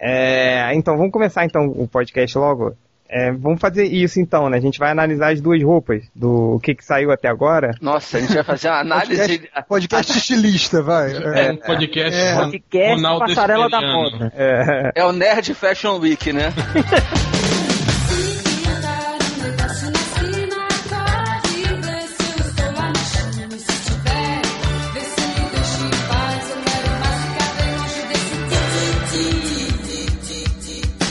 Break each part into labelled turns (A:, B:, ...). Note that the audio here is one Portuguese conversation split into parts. A: É, então vamos começar então o podcast logo. É, vamos fazer isso então, né? A gente vai analisar as duas roupas do o que, que saiu até agora.
B: Nossa, a gente vai fazer uma análise.
C: Podcast, podcast estilista, vai.
D: É, um podcast.
A: É.
D: Ron-
E: Podcast
D: Ronaldo
E: Passarela da
D: Esperiano.
E: Moda.
A: É,
B: É o Nerd Fashion Week, né?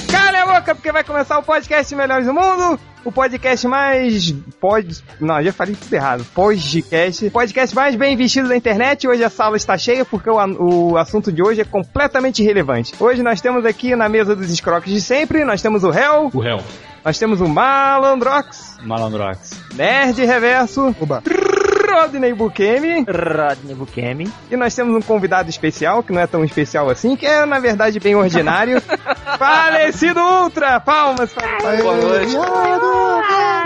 A: Cara a boca, porque vai começar o podcast Melhores do Mundo, o podcast mais. Pod... Não, já falei tudo errado. Podcast. Podcast mais bem vestido da internet. Hoje a sala está cheia porque o, an- o assunto de hoje é completamente irrelevante. Hoje nós temos aqui na mesa dos escroques de sempre, nós temos o Hell,
D: O réu.
A: nós temos o Malandrox,
F: Malandrox.
A: Nerd Reverso,
C: Oba.
A: Rodney Bukemi.
E: Rodney Bukemi.
A: E nós temos um convidado especial, que não é tão especial assim, que é, na verdade, bem ordinário. Falecido Ultra! Palmas para o
B: Boa noite.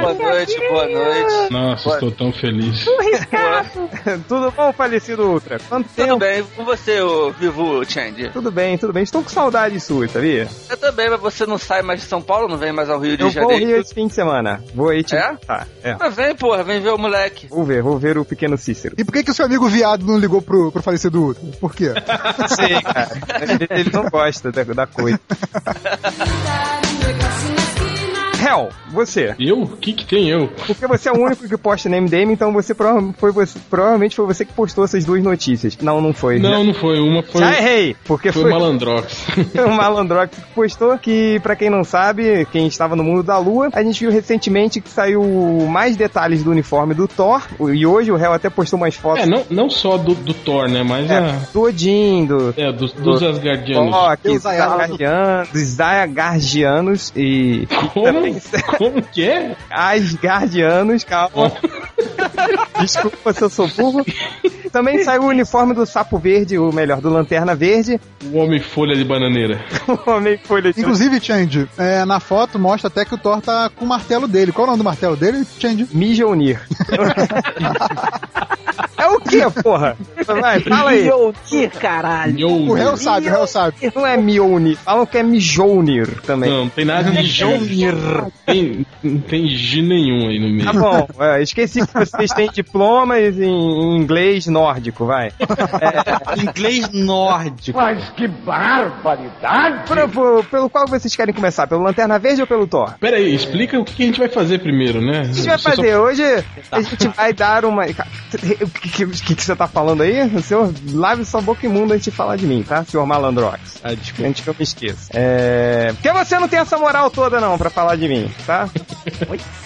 B: Boa noite, boa noite.
D: Nossa,
B: Ué.
D: estou tão feliz.
A: Tudo bom, falecido Ultra? Quanto
B: Tudo
A: tempo?
B: bem com você, ô Vivo Change?
A: Tudo bem, tudo bem. Estou com saudades suas, sabia?
B: Eu também, mas você não sai mais de São Paulo, não vem mais ao Rio de
A: Eu vou ao
B: Janeiro.
A: Rio esse fim de semana. Vou aí te
B: É?
A: tá, é.
B: Ah, vem, porra, vem ver o moleque.
A: Vou ver, vou ver o pequeno Cícero.
C: E por que, que o seu amigo viado não ligou pro, pro falecido outro? Por quê?
A: Sei, cara. Ele, ele não gosta da, da coisa. Hell, você.
D: Eu? O que que tem eu?
A: Porque você é o único que posta no MDM, então você, prova- foi você- provavelmente foi você que postou essas duas notícias. Não, não foi.
D: Não, não foi uma, foi,
A: Já errei, porque
D: foi
A: foi,
D: Malandrox.
A: o Malandrox que postou que, pra quem não sabe, quem estava no mundo da lua, a gente viu recentemente que saiu mais detalhes do uniforme do Thor, e hoje o réu até postou umas fotos
D: É, não, não só do, do Thor, né? Mas a-
A: é, do Odin, do
D: é, dos, dos Asgardianos.
A: Loki, dos
C: Deus Ayala.
A: Asgardianos, dos Asgardianos e...
D: Como?
A: também-
D: Como que é?
A: Asgardianos, calma. Desculpa se eu sou burro. Também saiu o uniforme do Sapo Verde, ou melhor, do Lanterna Verde.
D: O Homem Folha de Bananeira.
A: O homem folha de
C: Inclusive, Change, é, na foto mostra até que o Thor tá com o martelo dele. Qual é o nome do martelo dele, Change?
A: Mijonir. é o quê, porra? Vai, fala aí.
E: Mjolnir, caralho.
D: Eu,
C: O réu sabe, o réu sabe.
A: Não é Mjolnir. Falam que é Mijonir também.
D: não, não tem nada de G. Tem, não tem G nenhum aí no
A: Tá
D: meio.
A: bom, é, esqueci que vocês têm diplomas em em inglês nórdico, vai.
F: Inglês nórdico.
A: Por- por- pelo qual vocês querem começar? Pelo Lanterna Verde ou pelo Thor?
D: Pera aí, explica o que que a gente vai fazer primeiro, né?
A: O que a gente vai fazer? Hoje
D: Tá.
A: a gente vai dar uma. O que, que- que- que você tá falando aí? O senhor lave sua boca imunda antes de falar de mim, tá, senhor Malandrox?
D: Ah, desculpa.
A: Antes que eu me esqueça. É. Porque você não tem essa moral toda, não, pra falar de mim, tá?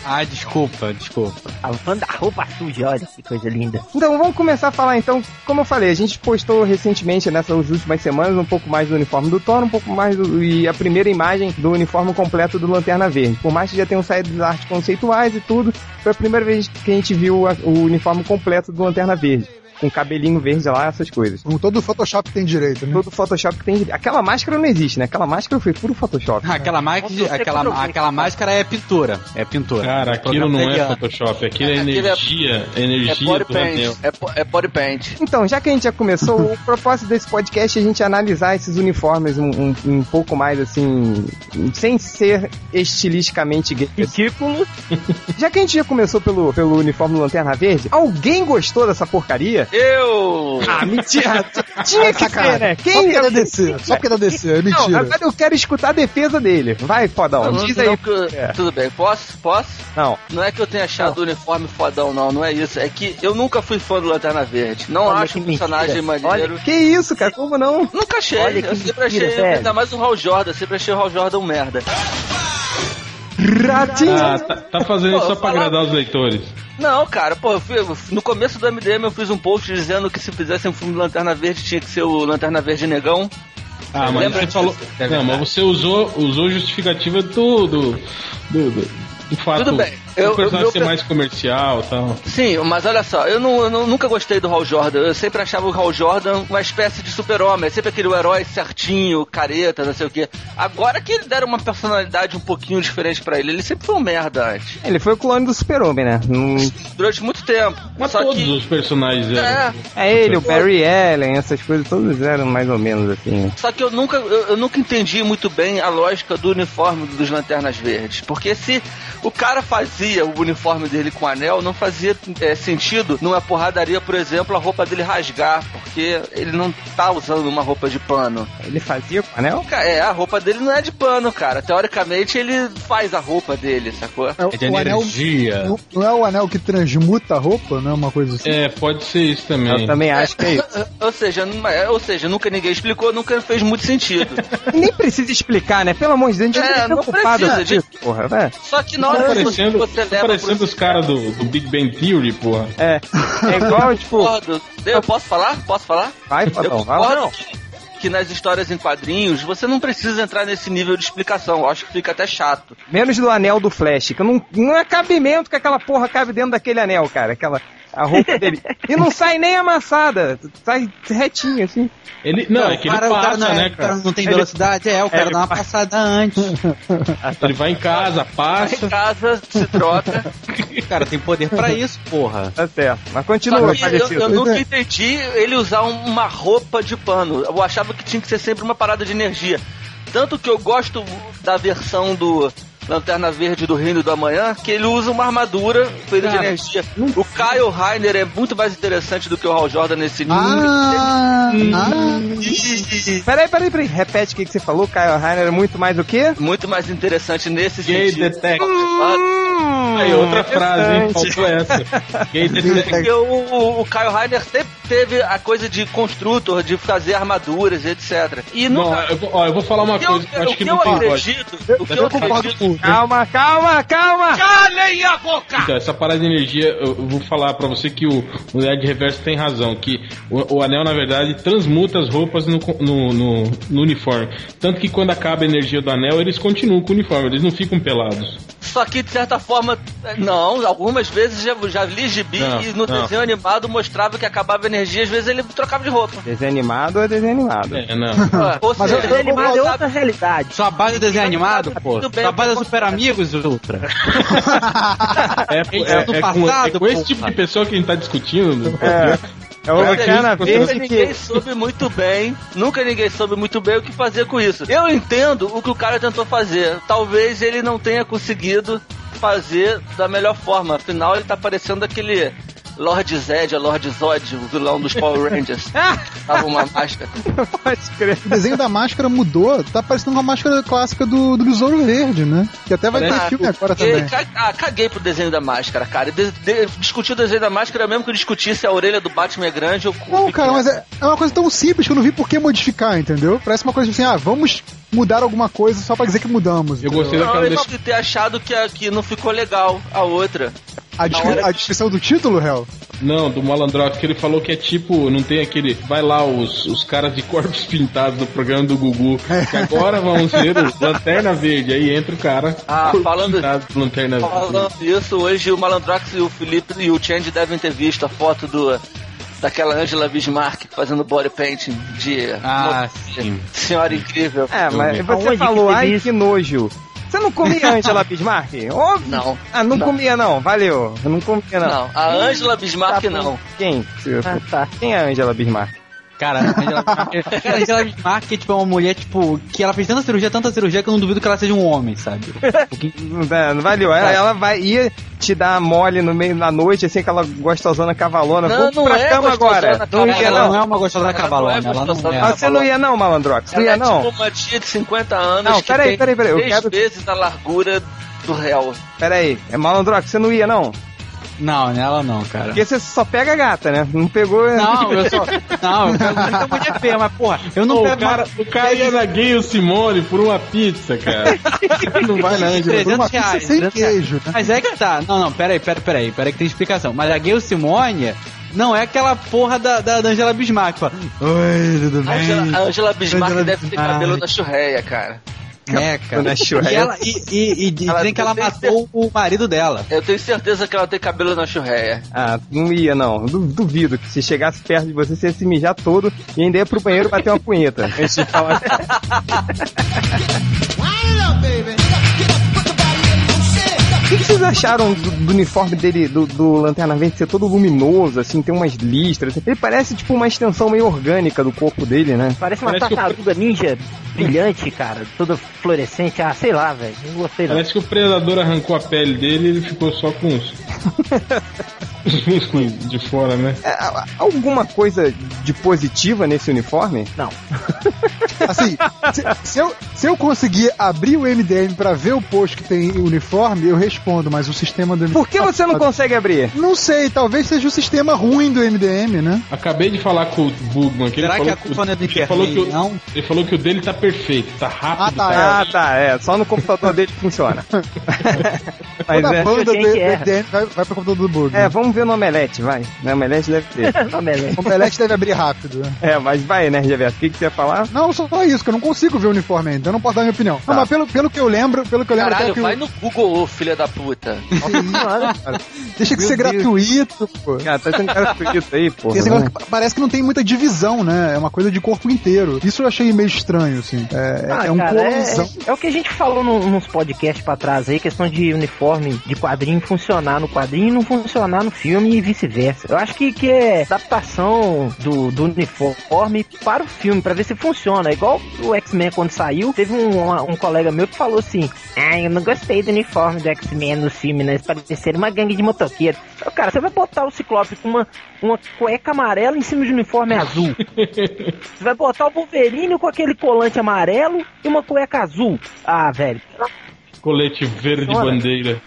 F: Ah, desculpa, desculpa.
E: Lavando a roupa suja, olha que coisa linda.
A: Então vamos começar a falar então, como eu falei, a gente postou recentemente né, nessas últimas semanas um pouco mais do uniforme do Thor, um pouco mais do, e a primeira imagem do uniforme completo do Lanterna Verde. Por mais que já tenham saído as artes conceituais e tudo, foi a primeira vez que a gente viu a- o uniforme completo do Lanterna Verde, com cabelinho verde lá, essas coisas.
C: Como todo Photoshop tem direito, né?
A: Todo Photoshop que tem. Aquela máscara não existe, né? Aquela máscara foi puro Photoshop.
F: Aquela, máscara, aquela, aquela máscara é pintura. É pintura.
D: Cara, aquilo
F: Programa
D: não é
F: italiano.
D: Photoshop, aquilo é
B: Aquilo é-
D: energia, energia
B: É body
D: do Anel.
B: paint. É, po- é body paint.
A: Então, já que a gente já começou, o propósito desse podcast é a gente analisar esses uniformes um, um, um pouco mais assim, sem ser estilisticamente gay.
E: Ridículo.
A: Já que a gente já começou pelo, pelo uniforme do Lanterna Verde, alguém gostou dessa porcaria?
B: Eu!
A: Ah, mentira! Tinha que ser, né?
C: Só
A: Quem
C: porque é da DC, só porque é da DC, é
A: Não,
C: mentira.
A: agora eu quero escutar a defesa dele. Vai, fodão,
B: Não, não,
A: diz aí.
B: não que-
A: É.
B: Tudo bem, posso? Posso?
A: Não.
B: Não é que eu tenha achado o uniforme fodão, não, não é isso. É que eu nunca fui fã do Lanterna Verde. Não
E: Olha
B: acho
E: que
B: um personagem
E: mentira.
B: maneiro.
A: Que isso, cara? Como não?
B: Nunca achei,
E: Olha que
B: eu sempre
E: mentira,
B: achei,
E: velho.
B: ainda mais o Hal Jordan, eu sempre achei o Hal Jordan um merda.
A: Ratinho!
D: Ah, tá, tá fazendo
B: Pô,
D: só pra
B: falar-
D: agradar os leitores.
B: Não, cara, pô, eu fui- eu- no começo do MDM eu fiz um post dizendo que se fizesse um filme do Lanterna Verde tinha que ser o Lanterna Verde Negão.
D: Ah, mas
B: Lembra
D: você
B: disso? É
D: falou. Não, mas você usou, usou justificativa do. do, do, do- do fato
B: Tudo bem. Eu,
D: o
B: eu,
D: personagem
B: meu
D: ser
B: per-
D: mais comercial e tal.
B: Sim, mas olha só, eu, não, eu não- nunca gostei do Hal Jordan. Eu sempre achava o Hal Jordan uma espécie de super-homem. É sempre aquele herói certinho, careta, não sei o quê. Agora que eles deram uma personalidade um pouquinho diferente pra ele, ele sempre foi um merda antes.
A: Ele foi o clone do Super-Homem, né? Não-
B: Durante muito tempo.
D: Mas
B: só
D: todos
B: que.
D: os personagens
B: É,
D: eram.
A: É ele, o Barry Allen, essas coisas todas eram mais ou menos assim.
B: Só que eu nunca, eu, eu nunca entendi muito bem a lógica do uniforme dos Lanternas Verdes. Porque se o cara fazia o uniforme dele com anel, não fazia é, sentido numa porradaria, por exemplo, a roupa dele rasgar, porque ele não tá usando uma roupa de pano.
A: Ele fazia o anel?
B: Ca- É, a roupa dele não é de pano, cara. Teoricamente, ele faz a roupa dele, sacou?
C: É,
D: É de
C: o anel,
D: energia.
C: não- não é o anel que transmuta a roupa, não é uma coisa assim?
D: É, pode ser isso também.
A: Eu também acho que é isso.
B: Ou seja, numa- é, ou seja, nunca ninguém explicou, nunca fez muito sentido.
A: Nem precisa explicar, né? Pelo amor de Deus, a gente
B: É,
A: não tá
B: não
A: preocupado
B: precisa,
A: disso, porra, né?
B: Só que na
D: Tá
B: hora que você
D: parecendo,
B: você
D: tá
B: leva pro
D: parecendo os caras do, do Big Bang Theory, porra.
A: É, é igual, tipo,
B: Concordo. Eu posso falar? Posso falar?
A: vai, Fadão, vai lá.
B: Concordo que- que nas histórias em quadrinhos você não precisa entrar nesse nível de explicação. Eu acho que fica até chato.
A: Menos do anel do Flash, que não, não é cabimento que aquela porra cabe dentro daquele anel, cara. Aquela, a roupa dele. E não sai nem amassada, sai retinho, assim.
D: Ele, não, é que ele
F: o cara
D: passa,
F: não, é-
D: né,
F: o cara
D: cara?
F: não tem
A: Ele-
F: velocidade, é, o cara
A: ele
F: dá uma passada antes.
D: Ele vai em casa,
B: Vai em
D: passa.
B: casa, se troca.
F: O cara tem poder pra isso, porra.
A: Tá certo. Mas
B: Só
A: continua,
B: que eu,
A: parecido.
B: eu nunca entendi ele usar um- uma roupa de pano. Eu achava que tinha que ser sempre uma parada de energia. Tanto que eu gosto da versão do Lanterna Verde do Reino do Amanhã, que ele usa uma armadura feita de
F: Cara,
B: energia. O Kyle Rainer é muito mais interessante do que o Hal Jordan nesse nível.
C: Ah, ah,
A: Peraí, peraí, peraí. Repete o que, que você falou, Kyle Rainer é muito mais o quê?
B: Muito mais interessante nesse
D: Gay
B: sentido. Uh!
D: Detective.
A: Hum,
D: Aí, outra frase, hein?
A: interessante.
D: Faltou essa. Gay Detective.
B: Porque o, o, o Kyle Rainer sempre teve a coisa de construtor, de fazer armaduras, etc. E
D: Não,
B: nunca.
D: eu, vou- ó, eu vou falar uma
B: o que eu,
D: coisa que eu acho
B: o
D: que
B: que
D: não
B: eu
D: tem
B: acredito, o que eu
C: eu concordo
B: acredito
C: com o
A: Calma, calma, calma!
D: Então, essa parada de energia, eu eu vou falar pra você que o, o Nerd Reverso tem razão, que o, o anel, na verdade, transmuta as roupas no, co- no, no- no uniforme. Tanto que quando acaba a energia do anel, eles continuam com o uniforme, eles não ficam pelados.
B: Só que, de certa forma, não, algumas vezes já, já li gibi
D: Não,
B: e no
D: não.
B: desenho animado mostrava que acabava a energia, às vezes ele trocava de roupa.
A: Desenho animado é desenho animado.
D: É, não.
B: Ah, Ou
C: Mas
B: seja,
C: eu- eu-
B: ele
C: eu-
E: Mas
B: sabe-
E: é outra realidade.
F: Sua base é desenho animado, pô.
B: tá Tudo bem,
F: Sua base é
B: eu-
F: super amigos, Ultra.
D: É, é- é
F: do
D: com, é
F: passado,
D: com esse
F: porra.
D: tipo de pessoa que a gente tá discutindo.
A: É, é o
D: Cara,
A: Lanterna
D: isso, tá-
B: Nunca
A: Verde
B: ninguém
A: que...
B: soube muito bem, nunca ninguém soube muito bem o que fazer com isso. Eu entendo o que o cara tentou fazer. Talvez ele não tenha conseguido fazer da melhor forma. Afinal, ele tá parecendo aquele Lord Zed, a Lord Zod, o vilão dos Power Rangers. Tava uma máscara.
A: Pode crer.
C: o desenho da máscara mudou, tá parecendo uma máscara clássica do, do Besouro Verde, né? Que até vai
B: Ah,
C: ter filme agora
B: caguei,
C: também.
B: ca- ah, caguei pro desenho da máscara, cara. De, de- discutir o desenho da máscara é mesmo que eu discutisse a orelha do Batman é grande ou
C: Não, cara, mas é, é uma coisa tão simples que eu não vi por que modificar, entendeu? Parece uma coisa assim, ah, vamos mudar alguma coisa só pra dizer que mudamos.
D: Eu
C: entendeu?
D: gostei
B: Não,
D: daquela
B: eu
D: des-
B: de ter achado que aqui não ficou legal a outra.
C: A, descri-
B: hora-
C: a descrição do título, réu?
D: Não, do Malandrox, que ele falou que é tipo, não tem aquele. Vai lá os, os caras de corpos pintados do programa do Gugu, que agora vão ser o Lanterna Verde. Aí entra o cara.
B: Ah,
D: corpo
B: falando-
D: pintado do Lanterna Verde.
B: Falando isso, hoje o Malandrox e o Felipe e o Change devem ter visto a foto do daquela Angela Bismarck fazendo body painting de
F: Ah,
B: uma-
F: sim.
B: senhora incrível.
A: É, mas
D: vi.
A: você
E: Aonde
A: falou,
E: que teve
A: ai
E: isso?"
A: que nojo. Você não comia Angela Bismarck? Óbvio.
B: Não,
A: Ah, não, comia não, valeu. Eu Não comia não.
B: não. A Angela Bismarck
A: Tá bom.
B: não.
A: Quem? Se-
E: Ah, tá.
A: Quem é a Angela Bismarck?
F: Cara, a Angela Bismarck, cara, a Angela Bismarck é tipo uma mulher, tipo, que ela fez tanta cirurgia, tanta cirurgia que eu não duvido que ela seja um homem, sabe?
A: Não, dá, É, não valeu. Ela, ela vai ia te dar mole no meio da noite, assim, aquela gostosona cavalona.
B: Não,
A: Vamos
B: não
A: pra
B: é
A: cama
B: gostosona
A: agora. Não
B: cavalona.
A: ia
F: Ela não
A: não.
F: é uma gostosa cavalona,
B: não é
F: ela não
B: gostosa
F: é.
A: Ah, você não ia não, Malandrox. Não
B: Ela
A: ia
B: é
A: não.
B: tipo uma tia de 50 anos
A: Não,
B: que
A: peraí,
B: tem
A: peraí, peraí, eu
B: três
A: quero-
B: vezes a largura do réu.
A: Peraí, é Malandrox, você não ia não?
F: Não, nela não, cara.
A: Porque você só pega a gata, né? Não pegou...
F: Não, eu só. Não, eu pego muita mulher feia, mas porra, eu não
D: Pô, o,
F: pego
D: cara,
F: mais
D: o cara ia na Gay o Simone por uma pizza, cara. não vai
F: né,
D: na Angela.
F: 300
C: Uma pizza
F: reais.
C: sem
F: 300 reais.
C: queijo, né?
F: Mas é que tá. Não, não, peraí, peraí, peraí, peraí que tem explicação. Mas a Gayle Simone não é aquela porra da, da, da Angela Bismarck. fala, Oi, tudo
B: A Angela,
F: bem?
B: a Angela Bismarck
F: Angela
B: deve ter
F: Bismarck.
B: cabelo na churreia, cara.
F: É, cara.
A: Dona Shrek.
F: E, ela, e, e, e
B: Ela
F: dizem que ela
B: tem
F: matou o marido dela.
B: Eu tenho certeza que ela tem cabelo na churreia.
A: Ah, não ia não. Du- duvido que se chegasse perto de você, você ia se mijar todo e ainda ia pro banheiro bater uma punheta. Antes de falar. O que que vocês acharam do, do uniforme dele, do, do Lanterna Verde ser todo luminoso, assim, tem umas listras? Ele parece tipo uma extensão meio orgânica do corpo dele, né?
E: Parece uma
D: Parece que eu-
E: tartaruga ninja brilhante, cara. Toda fluorescente. Ah, sei lá, velho. Não gostei não.
D: Parece que o predador arrancou a pele dele e ele ficou só com os. os músculos de fora, né?
A: É, a- a- alguma coisa de positiva nesse uniforme?
C: Assim, se, se eu, se eu conseguir abrir o MDM pra ver o post que tem uniforme, eu respondo, mas o sistema do
A: Por que você não consegue abrir?
C: tá Não sei, talvez seja o sistema ruim do MDM, né?
D: Acabei de falar com o Bugman que ele
F: Será
D: falou
F: que a culpa não é do
D: ele falou que
F: Interlay,
D: o-
F: não?
D: Ele falou que o dele tá perfeito, tá
C: Ah,
D: rápido.
C: tá, é.
A: Ah, tá, é. Só no computador dele que funciona. Mas
C: Toda a
A: é.
C: banda do,
E: Quem que erra?
C: MDM vai, vai pra computador do bug.
A: É, vamos ver no Omelete, vai. No Omelete deve ter.
E: Não, beleza.
C: O Pelete deve abrir rápido. né?
A: É, mas vai, né, Reverso? O que, que você ia falar?
C: Não, só só isso, que eu não consigo ver o uniforme ainda, eu não posso dar minha opinião. Não,
A: Tá.
C: mas pelo, pelo que eu lembro, pelo que eu lembro
B: Caralho,
C: até que
B: vai no Google, ô, filha da puta.
C: o- deixa que
A: Meu
C: ser
A: Deus.
C: gratuito, pô.
A: Cara, tá sendo cara fudido aí, porra.
C: Esse negócio
A: né?
C: que parece que não tem muita divisão, né? É uma coisa de corpo inteiro. Isso eu achei meio estranho, assim. É,
E: Ah,
C: é um
E: cara, é,
C: colãozão.
E: é o que a gente falou no- nos podcasts pra trás aí, questão de uniforme de quadrinho funcionar no quadrinho e não funcionar no filme e vice-versa. Eu acho que, que é adaptação do, do uniforme para o filme, pra ver se funciona. É igual o X-Men quando saiu, teve um, uma- um colega meu que falou assim: Ah, eu não gostei do uniforme do X-Men no filme, né? Eles pareceram uma gangue de motoqueiro. Eu, Cara, você vai botar o Ciclope com uma, uma cueca amarela em cima de um uniforme azul. Você vai botar o Wolverine com aquele colante amarelo e uma cueca azul. Ah, velho.
D: Colete verde
E: Olha.
D: bandeira.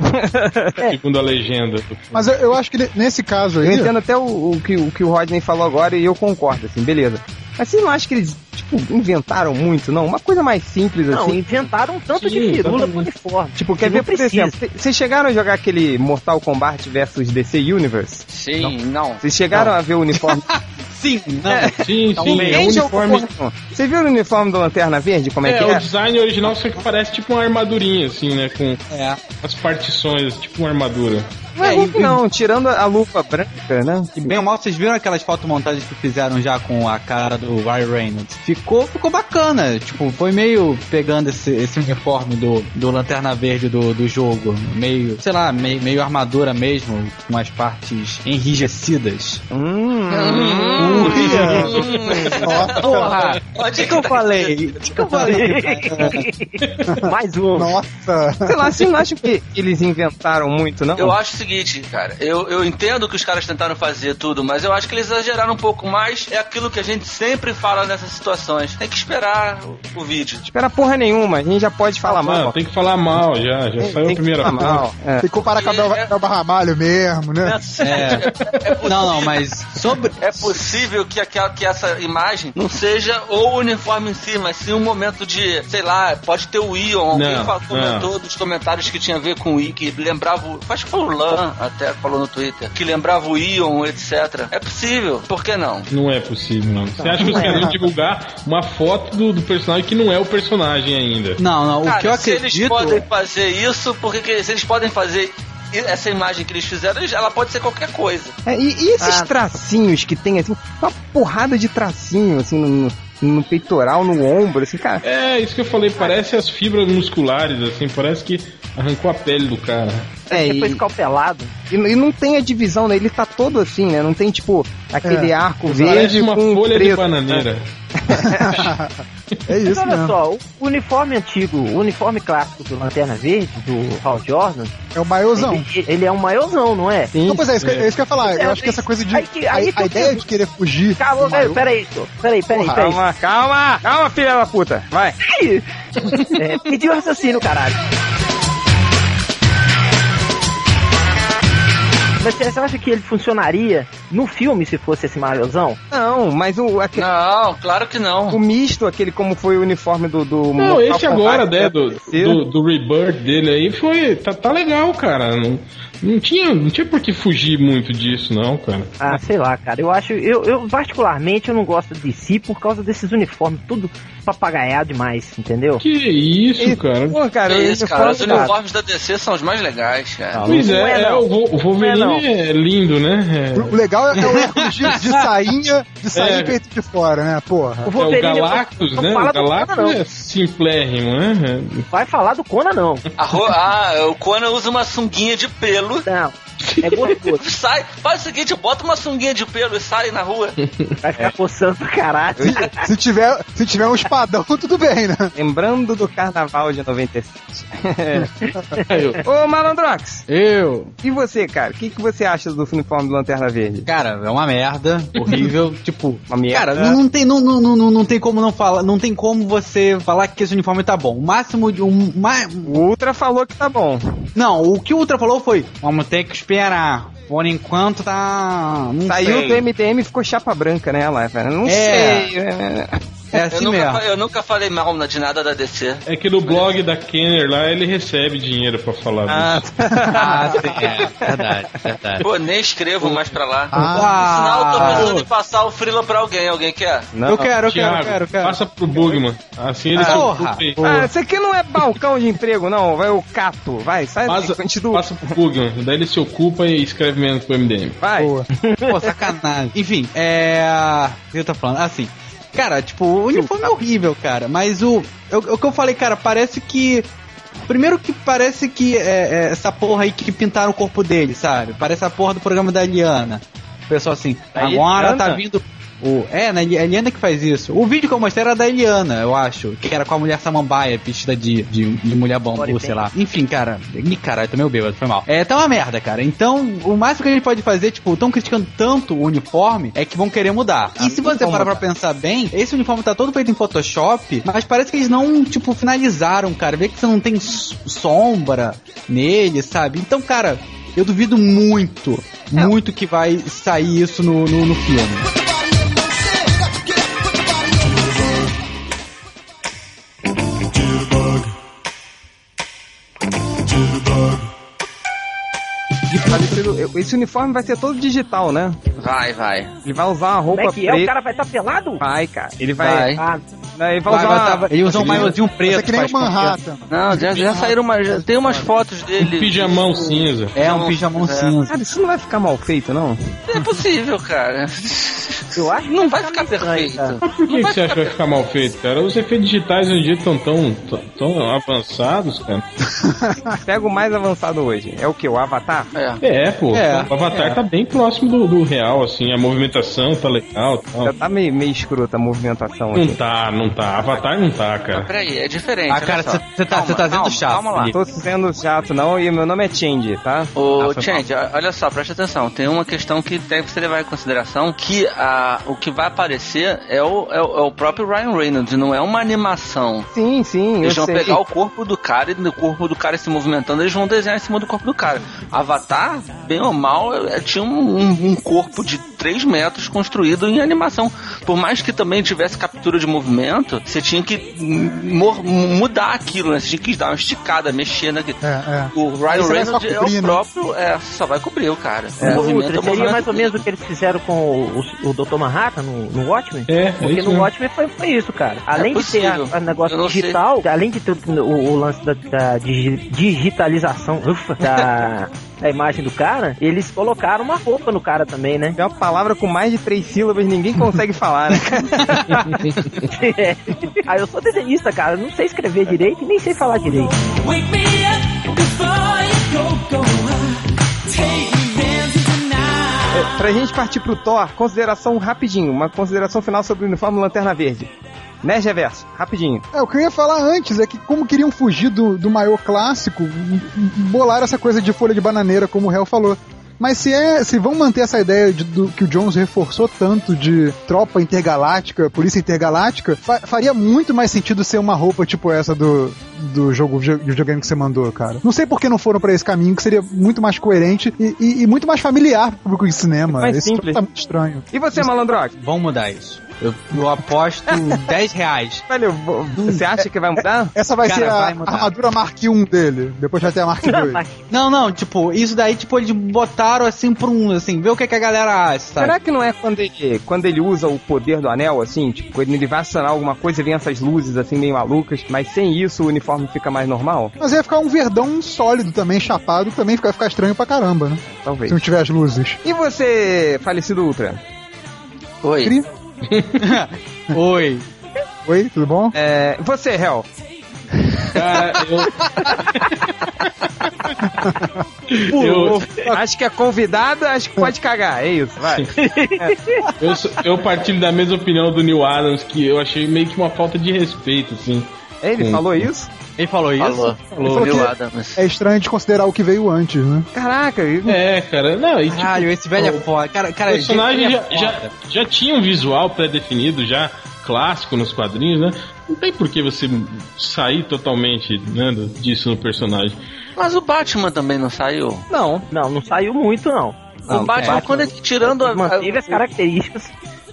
D: Segundo a legenda.
C: Mas eu, eu acho que ne- nesse caso
A: Eu
C: aí.
A: entendo até o, o que, o que o Rodney falou agora e eu concordo, assim, beleza. Mas vocês não acham que eles, tipo, inventaram muito, não? Uma coisa mais simples,
E: Não,
A: assim.
E: inventaram um tanto
D: Sim,
E: de firula
D: exatamente.
E: pro uniforme.
A: Tipo, quer
E: Não
A: ver, por
E: precisa.
A: exemplo, c- vocês chegaram a jogar aquele Mortal Kombat versus DC Universe?
B: Sim, não.
A: Vocês chegaram a ver o uniforme?
F: Sim,
D: Sim,
F: não.
D: sim, é um
A: Ninguém jogou
D: uniforme.
A: porra. Você viu o uniforme do Lanterna Verde, como é,
D: É,
A: que
D: o
A: é?
D: design original só que parece tipo uma armadurinha, assim, né? Com
F: É.
D: as partições, tipo uma armadura.
A: Não
F: É,
A: é Hulk, não, tirando a lupa branca, né?
F: E bem ou mal, vocês viram aquelas fotomontagens que fizeram já com a cara do Ryan Reynolds? Ficou, ficou bacana. Tipo, foi meio pegando esse, esse uniforme do, do Lanterna Verde do, do jogo. Meio, sei lá, meio, meio armadura mesmo, com as partes enrijecidas.
A: Hum.
F: Porra! O que, que eu falei? O que, que eu falei?
E: Mais um.
C: Nossa!
A: Sei lá, vocês não acham que eles inventaram muito, não?
B: Eu acho o seguinte, cara. Eu, eu entendo que os caras tentaram fazer tudo, mas eu acho que eles exageraram um pouco mais. É aquilo que a gente sempre fala nessas situações. Tem que esperar o, o vídeo. Tipo,
A: Espera porra nenhuma, a gente já pode falar
D: Mano,
A: mal.
D: tem que falar mal já, já saiu a
A: Tem que
D: primeira
A: falar
D: foto.
A: mal. É.
C: Tem que comparar com a Bel- Belba Ramalho mesmo, né?
F: É. Não, não, mas sobre.
B: é possível que, aquela- que essa imagem não seja o uniforme em si, mas sim um momento de, sei lá, pode ter o Ion. Alguém
D: Não,
B: falou-
D: não.
B: comentou dos comentários que tinha a ver com o I, que lembrava. o- Acho que foi o Lan até falou no Twitter, que lembrava o Ion, etc. É possível, por que não?
D: Não é possível, não. Você acha que os caras vão divulgar uma foto do, do personagem que não é o personagem ainda?
F: Não, não, o
B: Cara,
F: que eu
B: se eles
F: acredito.
B: podem fazer isso, porque que- se eles podem fazer i- essa imagem que eles fizeram, eles- ela pode ser qualquer coisa.
A: É, e, e esses
E: Ah.
A: tracinhos que tem, assim, uma porrada de tracinho, assim, no, no- no peitoral, no ombro, assim, cara.
D: É, isso que eu falei, parece as fibras musculares, assim, parece que arrancou a pele do cara.
A: É,
E: Ele
A: e,
E: foi escalpelado.
A: e- e não tem a divisão, né? Ele tá todo assim, né? Não tem, tipo, aquele arco
D: Parece
A: verde
D: uma
A: com
D: folha de
A: preto.
D: bananeira.
C: É
E: Mas
C: isso
E: olha
C: mesmo.
E: só, o uniforme antigo, o uniforme clássico do Lanterna Verde, do Hal Jordan,
C: É o maiôzão.
E: ele, ele é um maiorzão, não é?
A: Sim.
C: Então, pois é, isso que, é isso que eu ia falar. Eu acho que essa coisa de.
E: Aí que-
C: a,
E: aí que
C: a
E: eu
C: ideia
E: fico-
C: de querer fugir.
E: Calma,
C: do
E: velho,
C: maiô-
E: peraí, senhor. peraí, peraí, peraí.
A: Calma, calma, calma, filha da puta. Vai.
E: É, pediu raciocínio, caralho. Mas você você acha que ele funcionaria no filme se fosse esse Mariozão?
A: Não, mas o, aquele,
B: Não, claro que não.
A: o misto, aquele como foi o uniforme do...
D: Não,
A: do Mortal
D: esse agora,
A: Kombat,
D: né, do, do, do rebirth dele aí, foi. Tá, tá legal, cara. Não, não, tinha, não tinha por que fugir muito disso, não, cara.
E: Ah, sei lá, cara. Eu acho, eu, eu particularmente eu não gosto de si por causa desses uniformes tudo papagaiado demais, entendeu?
D: Que isso,
A: Esse-
D: cara.
A: Pô, cara,
B: Que
A: eu
B: isso, cara. Os
A: uniforme, cara.
B: uniformes da DC são os mais legais, cara.
D: Pois
E: Não
D: é,
E: é,
D: é,
E: não.
D: o Vol- o
E: Não é,
D: Wolverine é, lindo, né?
C: O legal é, é o Hércules de, de sainha, de sainha
D: É.
C: e peito de fora, né? Porra.
D: É,
E: O
D: é o
E: Wolverine,
D: Galactus,
E: não
D: né?
E: fala
D: O
E: do Conan,
D: Galactus
E: não.
D: é simplérrimo, né?
E: Vai falar do Conan, não.
B: A ro- ah, o Conan usa uma sunguinha de pelo.
E: Não. É gorduroso.
B: Sai, faz o seguinte, bota uma sunguinha de pelo e sai na rua.
E: Vai ficar coçando pra caralho.
C: Se, se tiver, se tiver um espadão, tudo bem, né?
A: Lembrando do carnaval de 97.
D: Aí eu-
A: Ô, Malandrox,
F: Eu.
A: e você, cara? O que, que você acha do uniforme do Lanterna Verde?
F: Cara, é uma merda, horrível. tipo,
A: Uma merda.
F: cara, não tem, não, não, não, não- não tem como não falar, não tem como você falar que esse uniforme tá bom. O máximo de um, ma-
A: O Ultra falou que tá bom.
F: não, o que o Ultra falou foi, vamos ter que esperar. Por enquanto tá, não
A: Saiu
F: sei.
A: do MDM e ficou chapa branca, né, lá, cara? Não
F: É.
A: sei. é.
F: É
B: Eu,
F: assim
B: nunca,
F: mesmo.
B: fa- eu nunca falei mal na- de nada da DC.
D: É que no blog da Kenner lá ele recebe dinheiro pra falar
A: Ah,
F: Ah, sim, é.
G: Verdade, verdade.
B: Pô, nem escrevo mais pra lá.
F: Ah.
B: Sinal, eu tô pensando em passar o Freela pra alguém. Alguém quer?
A: não.
F: eu quero, eu
D: Thiago,
F: quero, eu quero, eu quero.
D: passa pro Bugman. Assim ele
F: Ah,
D: se
F: porra.
D: ocupa aí.
A: Ah, isso aqui não é balcão de emprego, não. Vai o Cato. Vai, sai
D: Passa,
A: da Tá frente do.
D: passa pro Bugman. Daí ele se ocupa e escreve menos pro MDM.
A: Vai.
C: Boa.
F: Pô, sacanagem. Enfim, é. O que eu tô falando? Assim. Cara, tipo, o uniforme é horrível, cara. Mas o. é o- é o que eu falei, cara, parece que. Primeiro que parece que é, é essa porra aí que pintaram o corpo dele, sabe? Parece a porra do programa da Eliana. O pessoal assim,
A: Da
F: agora
A: Eliana?
F: tá vindo. O, é, né, a Eliana que faz isso. O vídeo que eu mostrei era da Eliana, eu acho. Que era com a mulher samambaia, vestida de, de, de mulher bambu, sei lá. Enfim, cara. Ih, caralho, tô meio bêbado, foi mal. É, tá uma merda, cara. Então, o máximo que a gente pode fazer, tipo, tão criticando tanto o uniforme, é que vão querer mudar. E se você parar pra pensar bem, esse uniforme tá todo feito em Photoshop, mas parece que eles não, tipo, finalizaram, cara. Vê que você não tem s- sombra nele, sabe? Então, cara, eu duvido muito, muito que vai sair isso no, no, no filme.
A: Parecido- eu- Esse uniforme vai ser todo digital, né?
B: Vai, vai.
A: Ele vai usar uma
E: Como
A: roupa
E: é que é? O
A: preta.
E: cara vai estar pelado?
A: Vai, cara. Ele vai.
E: Ah,
A: Não, Ele vai
F: Vai,
A: usar.
F: vai, tá-
A: uma-
F: ele usa um maiozinho preto.
C: Mas é que nem o
F: faz Um parte.
C: Manhattan.
B: Não, já, já saíram umas. já- Tem umas fotos dele.
D: Pijamão cinza.
F: É um pijamão
B: Um É.
F: cinza.
A: Cara, isso não vai ficar mal feito, não?
B: É possível, cara.
E: eu acho que
B: Não vai
E: tá
B: ficar
E: meio estranho,
B: perfeito.
E: cara.
D: Por que, que você acha que vai ficar mal feito, cara? Os efeitos digitais hoje em dia estão tão, tão, tão avançados, cara.
A: Pega o mais avançado hoje. É o que? O Avatar?
B: É.
D: É, pô.
F: É,
D: o Avatar tá bem próximo do, do real, assim. A movimentação tá legal.
A: Já
D: Tal.
A: tá meio, meio escrota a movimentação
D: Não
A: aqui.
D: tá, não tá. Avatar não tá, cara.
B: Peraí, é diferente.
F: Ah,
B: olha
F: cara,
B: só.
F: você você tá,
B: Calma,
F: você tá sendo
B: calma,
F: chato.
B: Calma lá.
F: Felipe.
A: Tô sendo chato, não, e meu nome é Change, tá?
B: Ô,
A: Ah, foi
B: gente, olha só, preste atenção. Tem uma questão que tem que você levar em consideração que a, o que vai aparecer é o, é, o, é o próprio Ryan Reynolds, não é uma animação.
A: Sim, sim,
B: Eles
A: eu
B: vão
A: sei.
B: pegar o corpo do cara e no corpo do cara se movimentando, eles vão desenhar em cima do corpo do cara. Avatar, bem ou mal, é- tinha um, um- um corpo de 3 metros construído em animação. Por mais que também tivesse captura de movimento, você tinha que mor- mudar aquilo, né? Você tinha que dar uma esticada, mexer naquele.
C: É, é.
B: O Ryan
C: Isso vai só
B: Reynolds é
C: cobrir,
B: o
C: né?
B: próprio. É, só vai cobrir o cara.
E: O
B: o movimento,
E: Ultra,
B: é o
E: seria
B: movimento.
E: mais ou menos o que eles fizeram com o, o Dr. Manhattan no, no Watchmen?
D: É, é
E: Porque
D: isso
E: no
D: mesmo.
E: Watchmen foi, foi É isso, cara. Além de ter
B: É possível.
E: a, a negócio
B: Eu não sei.
E: digital, além de ter o, o lance da, da digi- digitalização ufa, da, da imagem do cara, eles colocaram uma roupa no cara também, né?
A: É uma palavra com mais de três sílabas, ninguém consegue falar, né?
E: É. ah, eu sou desenhista, cara. Não sei escrever direito e nem sei falar direito.
H: Wake me up before you go, go. Take me dancing tonight.
A: É, Pra gente partir pro Thor, consideração rapidinho, uma consideração final sobre o uniforme Lanterna Verde. Né, Reverso? Rapidinho.
C: É, o que eu ia falar antes é que, como queriam fugir do, do maiô clássico, m- m- bolaram essa coisa de folha de bananeira, como o réu falou. Mas se, é, se vão manter essa ideia de- do, que o Jones reforçou tanto de tropa intergaláctica, polícia intergaláctica, fa- faria muito mais sentido ser uma roupa tipo essa do, do jogo de videogame que você mandou, cara. Não sei por que não foram pra esse caminho, que seria muito mais coerente e, e- e muito mais familiar pro público de cinema.
A: Mais
C: Esse
A: simples.
C: tá muito estranho.
A: E você, Malandrox?
F: Vamos mudar isso. Eu, eu aposto 10 reais.
A: Valeu, vo- você acha que vai mudar?
C: Essa vai
F: Cara,
C: ser a
F: vai mudar.
C: armadura Mark 1 dele. Depois vai ter a Mark 2.
F: Não, não, tipo, isso daí, tipo, eles botaram assim pra um, assim, vê o que, que a galera acha, sabe?
A: Será que não é quando ele, quando ele usa o poder do anel, assim? Tipo, quando ele vai acionar alguma coisa, vem essas luzes, assim, meio malucas. Mas sem isso, o uniforme fica mais normal?
C: Mas ia ficar um verdão sólido também, chapado, também vai ficar estranho pra caramba, né?
A: Talvez.
C: Se não tiver as luzes.
A: E você, falecido Ultra?
B: Oi.
C: Cri-
F: Oi.
C: Oi, tudo bom?
A: É, você, Hel.
D: Cara, eu. eu,
A: Acho que é convidado, acho que pode cagar. É isso, vai.
D: eu, sou- eu partilho da mesma opinião do Neil Adams, que eu achei meio que uma falta de respeito, assim.
A: Ele falou isso?
F: Ele falou isso?
B: Falou.
D: Falou.
B: Neil
C: que-
B: Adams.
C: É estranho de considerar o que veio antes, né?
A: Caraca, ele-
D: É, cara, não, e tipo,
F: Caralho, esse velho é foda. Cara,
D: O
F: cara,
D: personagem
F: ele é
D: já,
F: foda.
D: já, já tinha um visual pré-definido, já clássico nos quadrinhos, né? Não tem por que você sair totalmente né, do- disso no personagem.
B: Mas o Batman também não saiu.
A: não.
E: Não, não saiu muito, não.
B: o Batman,
E: Batman-
B: quando ele tirando a,
E: Manteve
B: a-
E: as características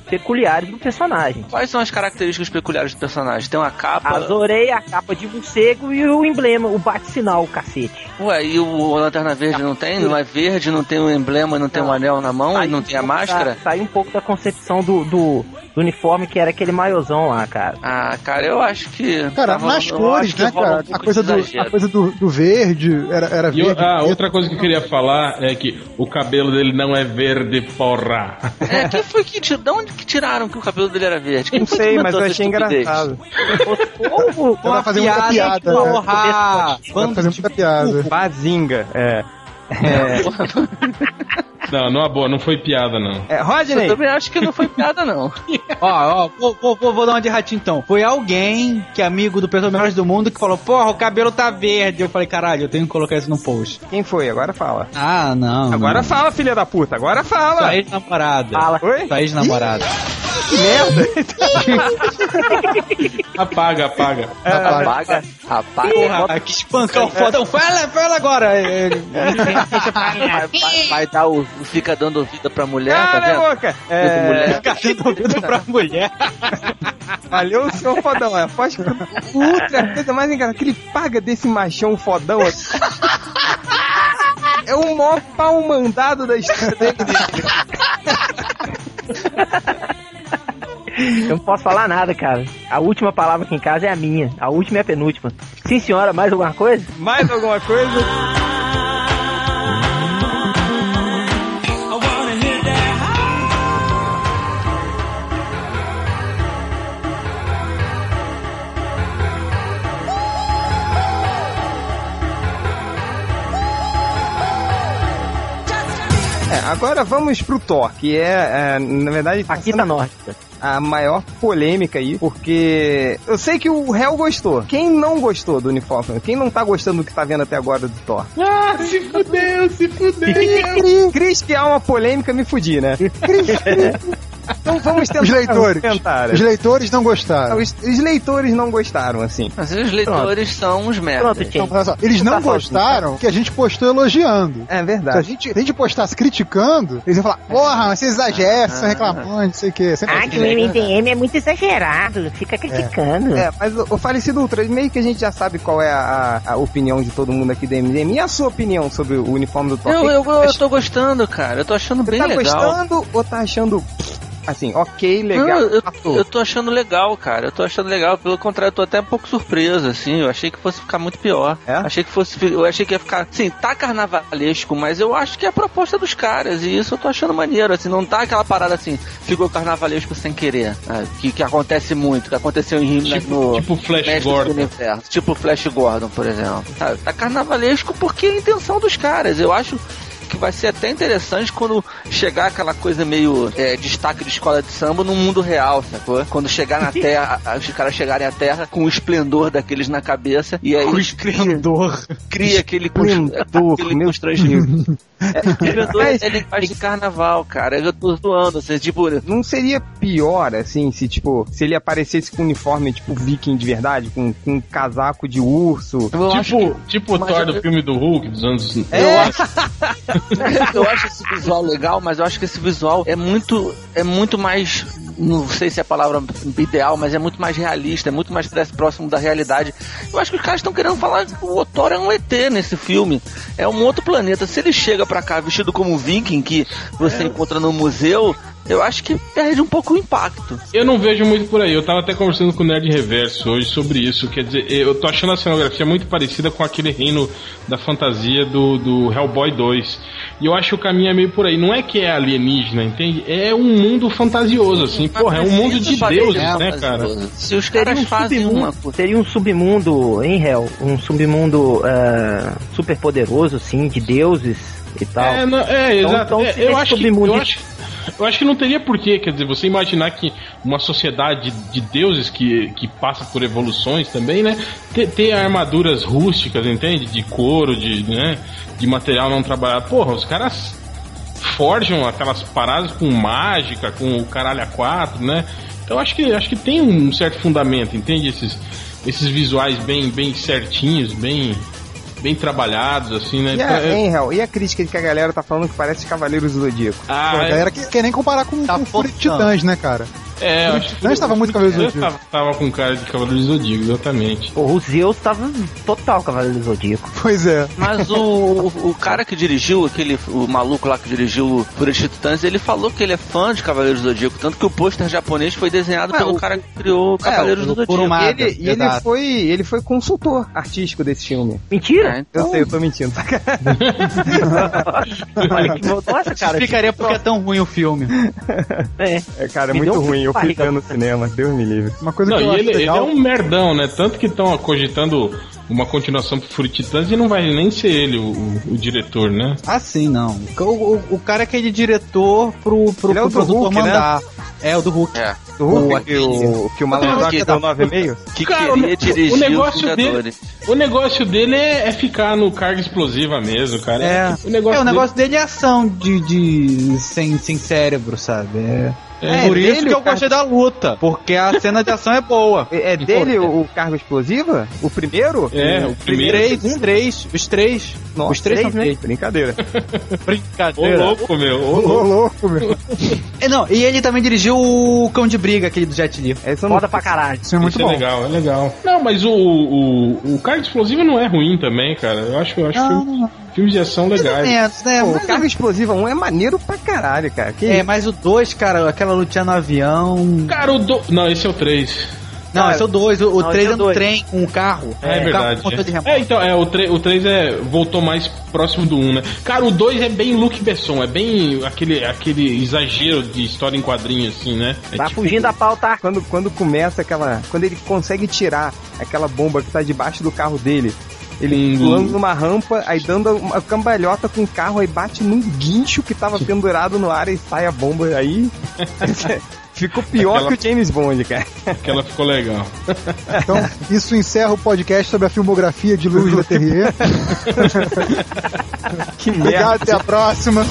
E: peculiares do personagem.
B: Quais são as características peculiares do personagem? Tem uma capa.
E: As orelhas, a capa de morcego e o emblema, o bate-sinal, o cacete.
B: Ué, e o Lanterna Verde não tem? Não é verde, não tem o emblema, não tem o
E: Não.
B: anel na mão, e
E: Sai
B: não
E: um
B: tem a
E: pouco da-
B: máscara?
A: tá.
E: Sai um pouco da concepção do, do, do uniforme que era aquele maiozão lá, cara.
B: Ah, cara, eu acho que.
C: Cara,
B: tava-
C: nas
B: eu
C: cores,
B: acho que
C: né,
B: rola um
C: cara?
B: pouco
C: a coisa,
B: de
C: do,
B: exagero.
C: a coisa do, do verde era, era
D: E o-
C: verde.
D: ah, outra coisa que eu queria falar é que o cabelo dele não é verde, porra.
B: É, quem foi que tirou? De onde que tiraram que o cabelo dele era verde? Quem
A: Não
B: foi que
A: sei, mas
B: inventou
A: eu
B: essa
A: achei
B: estupidez?
A: engraçado.
E: Ou
C: Ela vai fazer muita piada. né?
F: Porra!
C: Ela vai fazer muita piada.
A: Bazinga, é.
D: Não, não é boa, não foi piada, não.
A: é
B: Eu
A: Rodney,
B: também acho que não foi piada, não.
F: Ó, ó, vou, vou- vou- vou dar uma de ratinho então. Foi alguém que é amigo do Pessoal Melhores do Mundo que falou, porra, o cabelo tá verde. Eu falei, caralho, eu tenho que colocar isso no post.
A: quem foi? Agora fala.
F: Ah, não.
A: Agora fala, filha da puta, agora
F: não. Sua
A: fala.
F: ex-namorada.
E: Fala.
A: Oi?
F: Sua ex-namorada.
A: Que merda.
D: Apaga, apaga.
A: É,
B: Apaga, apaga.
F: Porra, que espancão fodão. Fala, fala agora. É, é,
B: Vai, vai- vai dar o. Fica dando ouvido pra mulher, tá
A: Cala
B: vendo?
A: a boca. É,
B: Mulher.
F: Ficar dando ouvido pra mulher.
A: Valeu, seu fodão. É aposto que o Ultra, é a coisa mais engraçada, que ele paga desse machão fodão. assim. É o maior pau mandado da história dele.
E: Eu não posso falar nada, cara. A última palavra aqui em casa é a minha. A última é a penúltima. Sim, senhora, mais alguma coisa?
A: Mais alguma coisa?
H: I wanna hit that high.
A: É, agora vamos pro Thor, que é, é, na verdade, tá
E: Aqui
A: sendo
E: tá nórdica.
A: a maior polêmica aí, porque eu sei que o réu gostou. Quem não gostou do uniforme? Quem não tá gostando do que tá vendo até agora do Thor?
D: Ah, se fudeu, se fudeu.
A: Cris, que há uma polêmica, me fudi, né? Então vamos tentar.
C: Os leitores.
A: Tentar.
C: Os leitores não
A: Ah,
C: gostaram.
A: Os, os leitores não gostaram, assim.
B: Mas os leitores são uns merdas.
E: Pronto,
C: Então,
E: Tim.
C: olha só, eles
E: Tu
C: não
E: tá sozinho,
C: gostaram que a gente postou elogiando.
A: É
C: Se a
A: verdade.
C: gente, se a gente postasse criticando, eles iam falar, porra, mas vocês exageram, vocês são reclamantes, não sei o quê. Sempre
E: Ah,
C: assim.
E: que o MDM é muito exagerado. Fica criticando.
A: É, mas o, o falecido Ultra, meio que a gente já sabe qual é a, a- a opinião de todo mundo aqui do MDM. E a sua opinião sobre o uniforme do Thor?
B: Eu,
A: Quem-
B: eu, eu tô gostando, cara. Eu tô achando
A: Você
B: bem
A: tá
B: legal.
A: gostando ou tá achando assim, ok, legal?
B: Não, eu,
A: passou?
B: eu tô achando legal, cara. Eu tô achando legal. Pelo contrário, eu tô até um pouco surpreso, assim. Eu achei que fosse ficar muito pior.
A: É?
B: Achei que fosse. fi- Eu achei que ia ficar. Sim, tá carnavalesco, mas eu acho que é a proposta dos caras. E isso eu tô achando maneiro, assim. Não tá aquela parada assim, ficou carnavalesco sem querer. né? Que, que acontece muito, que aconteceu em
D: Tipo,
B: no.
D: tipo Flash
B: Mestre do
D: Gordon.
B: Universo, tipo Flash Gordon, por exemplo. Tá, tá carnavalesco porque é a intenção dos caras. Eu acho que vai ser até interessante quando chegar aquela coisa meio é, destaque de escola de samba no mundo real, sacou? Quando chegar na Terra, a- os caras chegarem à Terra com o esplendor daqueles na cabeça e aí
F: esplendor.
B: cria aquele, cons-
A: Esplendor,
B: aquele
A: meu É,
B: constrangimento. Esplendor
A: Mas-
B: ele faz de carnaval, cara. Eu tô zoando, assim, tipo,
A: Não seria pior, assim, se, tipo, se ele aparecesse com um uniforme, tipo, viking de verdade, com, com um casaco de urso.
B: eu acho que-
D: Tipo, tipo o
B: mas
D: Thor
B: eu-
D: do filme do Hulk dos anos.
B: Eu acho, eu acho esse visual legal, mas eu acho que esse visual é muito, é muito mais não sei se é a palavra ideal, mas é muito mais realista, é muito mais pré- próximo da realidade. Eu acho que os caras estão querendo falar que o Otoro é um ET nesse filme. É um outro planeta. Se ele chega pra cá vestido como um viking que você encontra no museu, eu acho que perde um pouco o impacto.
D: Eu não vejo muito por aí. Eu tava até conversando com o Nerd Reverso hoje sobre isso. Quer dizer, eu tô achando a cenografia muito parecida com aquele reino da fantasia do, do Hellboy 2. E eu acho que o caminho é meio por aí. Não é que é alienígena, entende? É um mundo fantasioso, assim. Porra, é um mundo de deuses, né, cara?
B: Se os
E: Teria
B: caras
E: um,
B: fazem uma
E: submundo,
B: coisa.
E: teria um submundo em réu, um submundo super poderoso, sim, de deuses e tal.
D: É, não- é,
E: Então,
D: exato.
E: então,
D: É,
E: se
D: eu,
E: esse
D: acho que,
E: submundo-
D: eu, acho, eu acho que não teria porquê, quer dizer, você imaginar que uma sociedade de deuses que, que passa por evoluções também, né? Ter, ter armaduras rústicas, entende? De couro, de, né, de material não trabalhado. Porra, os caras forjam aquelas paradas com mágica, com o caralho a quatro, né? Então acho que acho que tem um certo fundamento, entende? Esses, esses visuais bem, bem certinhos, bem, bem trabalhados, assim, né?
A: E é,
D: Então,
A: a,
D: eu-
A: hein, Hel, e a crítica de que a galera tá falando que parece Cavaleiros do Zodíaco?
D: Ah,
C: A galera que quer nem comparar com,
F: Tá
C: com Fúria de
F: forçando.
C: Titãs, né, cara?
D: É, eu acho que.
C: Nós então tava muito Cavaleiro do
D: Eu
C: Zodíaco.
D: Tava, tava com cara de Cavaleiro do Zodíaco, exatamente.
E: Porra, o Zeus tava total Cavaleiro do Zodíaco.
C: Pois é.
B: Mas o, o cara que dirigiu, aquele o maluco lá que dirigiu o Fúria de Titãs, ele falou que ele é fã de Cavaleiros do Zodíaco, tanto que o pôster japonês foi desenhado
A: É,
B: pelo
A: o-
B: cara que criou
A: É,
B: Cavaleiros
F: o-
B: do
F: por
B: Zodíaco.
F: uma- Nada,
A: E ele, e ele
F: exato.
A: foi, ele foi consultor artístico desse filme.
E: Mentira!
B: É,
A: Eu sei, eu tô mentindo.
E: Olha que mo- Nossa, cara.
F: Explicaria porque é tão ruim o filme.
E: É.
A: É, cara, é
E: Me
A: muito
E: deu um
A: ruim. Eu fui
E: barriga.
A: ver no cinema, Deus me livre.
C: Uma coisa
D: Não,
C: que eu
D: e
C: acho
D: ele, ele é
C: legal.
D: um merdão, né? Tanto que estão cogitando uma continuação pro Fúria de Titãs e não vai nem ser ele o, o- o diretor, né?
F: Ah, sim, não. O, o- o cara é aquele diretor pro, pro,
A: Ele é o
F: pro
A: do
F: produtor
A: Hulk, né?
F: mandar. É, o do Hulk.
B: É.
A: Do Hulk,
F: Boa,
A: que, o, que o Malandrox
B: Aquele-
A: deu 9,5?
B: Que
D: tá. Cara, o-
B: queria
D: o
B: dirigir os
D: negócio dele-
B: Vingadores.
D: O negócio dele é, é ficar no carga explosiva mesmo, cara.
F: É.
D: O negócio,
F: é, o negócio dele é ação de, de sem, sem cérebro, sabe? É,
D: dele. É,
F: por
A: dele
F: isso que eu
A: o cara-
F: gostei da luta, porque a cena de ação é boa.
A: É é dele o, o
D: né?
A: cargo explosiva? O primeiro?
D: É, o primeiro.
F: Três, os três, os três.
A: Nossa,
F: os três,
A: um, três,
F: são
A: né?
F: três.
A: Brincadeira.
D: Ô
F: Brincadeira.
D: louco, meu. Ô
A: Ô,
D: louco.
A: louco, meu.
F: É, não, e ele também dirigiu o Cão de Briga, aquele do Jet Li.
A: Essa eu não-
E: Foda pra caralho.
C: Isso é muito
D: Isso
C: bom.
D: é legal, é legal. Não, mas o, o, o carga explosiva não é ruim também, cara. Eu acho, eu acho
F: Não,
D: filme- filmes de ação
F: Mais ou
D: legais.
F: menos, né?
A: Pô,
F: Mas-
A: o cargo explosiva 1 é maneiro pra caralho, cara. Que
F: é, mas o dois, cara, aquela lutinha no avião.
D: Cara, o do... Não, esse é o 3.
F: Não,
E: Cara,
F: esse é o 2, o
E: não,
F: 3
E: esse é
F: é
E: o
F: no
E: dois.
F: trem com o
D: É,
F: carro. o Carro com
D: verdade.
F: controle remoto.
D: É, então, é, o 3, o 3 é, voltou mais próximo do 1, né? Cara, o 2 é bem Luke Besson, é bem aquele, aquele exagero de história em quadrinho, assim, né? É
E: Tá
D: tipo-
E: fugindo da pauta.
A: Quando, quando começa aquela. Quando ele consegue tirar aquela bomba que tá debaixo do carro dele. Ele
D: Hum.
A: pulando numa rampa, aí dando uma cambalhota com o carro, aí bate num guincho que tava pendurado no ar e sai a bomba aí. Ficou pior
D: Aquela-
A: que o James Bond, cara.
D: tipo que ela ficou legal.
C: Então, isso encerra o podcast sobre a filmografia de Louis Leterrier.
A: Que merda.
C: Obrigado, até a próxima.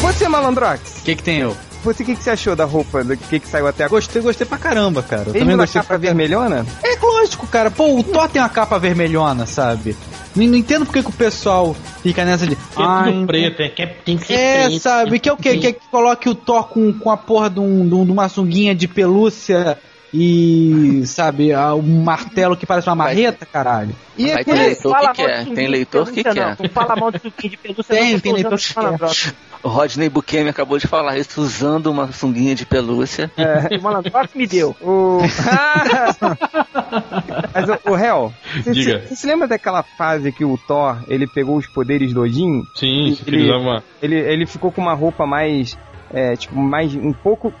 A: Você, Malandrox,
F: O que que tem eu?
A: você o que, que você achou da roupa, do que, que saiu até agora?
F: Gostei, gostei pra caramba, cara. Eu
A: Mesmo
F: também
A: na
F: gostei
A: capa vermelhona?
F: É lógico, cara. Pô, o Thor tem uma capa vermelhona, sabe? Não, não entendo por que, que o pessoal fica nessa de.
D: Porque é tudo
F: "Ai,
D: preto, é, que é- tem que ser
F: É,
D: preto.
F: sabe? Que é o quê? Que é que coloque o Thor com, com a porra de, um, de, um- de uma sunguinha de pelúcia e, sabe, a- um martelo que parece uma marreta, caralho.
A: E
B: Vai
A: aquele-
B: ter leitor
E: é Fala
B: que
E: mal de
B: quer,
E: suquinho
B: tem
E: de
B: leitor que
E: pelúcia, não.
B: quer.
E: Não fala mal de suquinho de pelúcia.
F: Tem, tem
E: não, eu tô
F: leitor
E: usando
F: que
E: malandrox.
B: O Rodney Buchanan acabou de falar isso usando uma sunguinha de pelúcia.
F: É.
E: O malandrox me deu.
A: O. Mas o, o Hel, você
D: Diga.
A: se- você se lembra daquela fase que o Thor ele pegou os poderes do Odin?
D: Sim, se
A: Ele-
D: utilizava uma-
A: Ele, ele ficou com uma roupa mais. É, tipo, mais. Um pouco.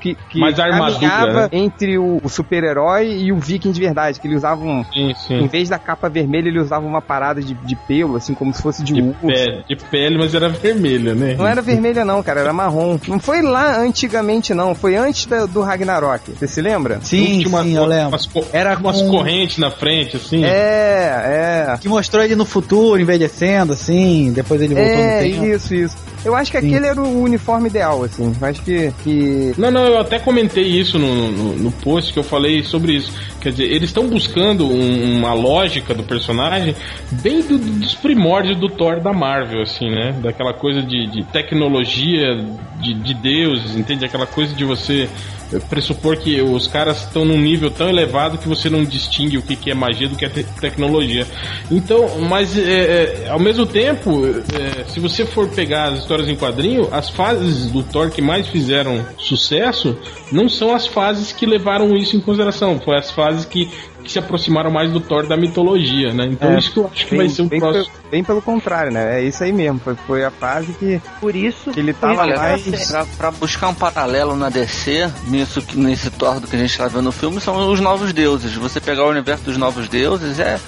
A: Que, que
D: Mais armadura,
A: caminhava
D: né?
A: entre o, o super-herói e o viking de verdade, que ele usava um.
D: Sim,
A: Em
D: sim.
A: vez da capa vermelha, ele usava uma parada de, de pelo, assim, como se fosse de,
D: De
A: urso.
D: pele, É, de pele, mas era vermelha, né?
A: Não era vermelha não, cara, era marrom. Não foi lá antigamente não, foi antes da- do Ragnarok. Você se lembra?
F: Sim,
D: Tinha uma-
F: sim, eu lembro.
D: Umas, co-
F: Era
D: umas
F: com-
D: correntes na frente, assim.
A: É, é.
F: Que mostrou ele no futuro, envelhecendo, assim, depois ele voltou
A: É,
F: no tempo.
A: isso, isso. Eu acho que
F: Sim.
A: aquele era o uniforme ideal, assim. Eu Acho que, que
D: Não, Não, não, eu até comentei isso no, no, no post que eu falei sobre isso. Quer dizer, eles estão buscando um- uma lógica do personagem bem do- dos primórdios do Thor da Marvel, assim, né? Daquela coisa de, de tecnologia, de, de deuses, entende? Aquela coisa de você eh, pressupor que os caras estão num nível tão elevado que você não distingue o que, que é magia do que é te- tecnologia. Então, mas eh, eh, ao mesmo tempo, eh, se você for pegar as histórias em quadrinho, as fases do Thor que mais fizeram sucesso não são as fases que levaram isso em consideração, foi as fases que, que se aproximaram mais do Thor da mitologia, né? Então
A: É,
D: isso que eu acho que
A: Bem,
D: vai ser o
A: bem
D: próximo.
A: pelo- bem pelo contrário, né? É isso aí mesmo. Foi, foi a fase que
E: Por isso. por
A: ele
E: isso
A: tava
E: que
A: lá
E: ela
A: e-
E: serve.
B: Pra, pra buscar um paralelo na DC, nisso, que- nesse Thor do que a gente tá vendo no filme, são os novos deuses. Você pegar o universo dos novos deuses, é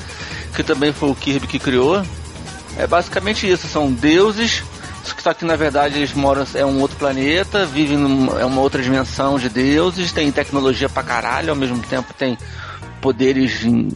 B: que também foi o Kirby que criou. É basicamente isso, são deuses, só que na verdade eles moram, é um outro planeta, vivem numa é uma outra dimensão de deuses, tem tecnologia pra caralho, ao mesmo tempo tem poderes hum,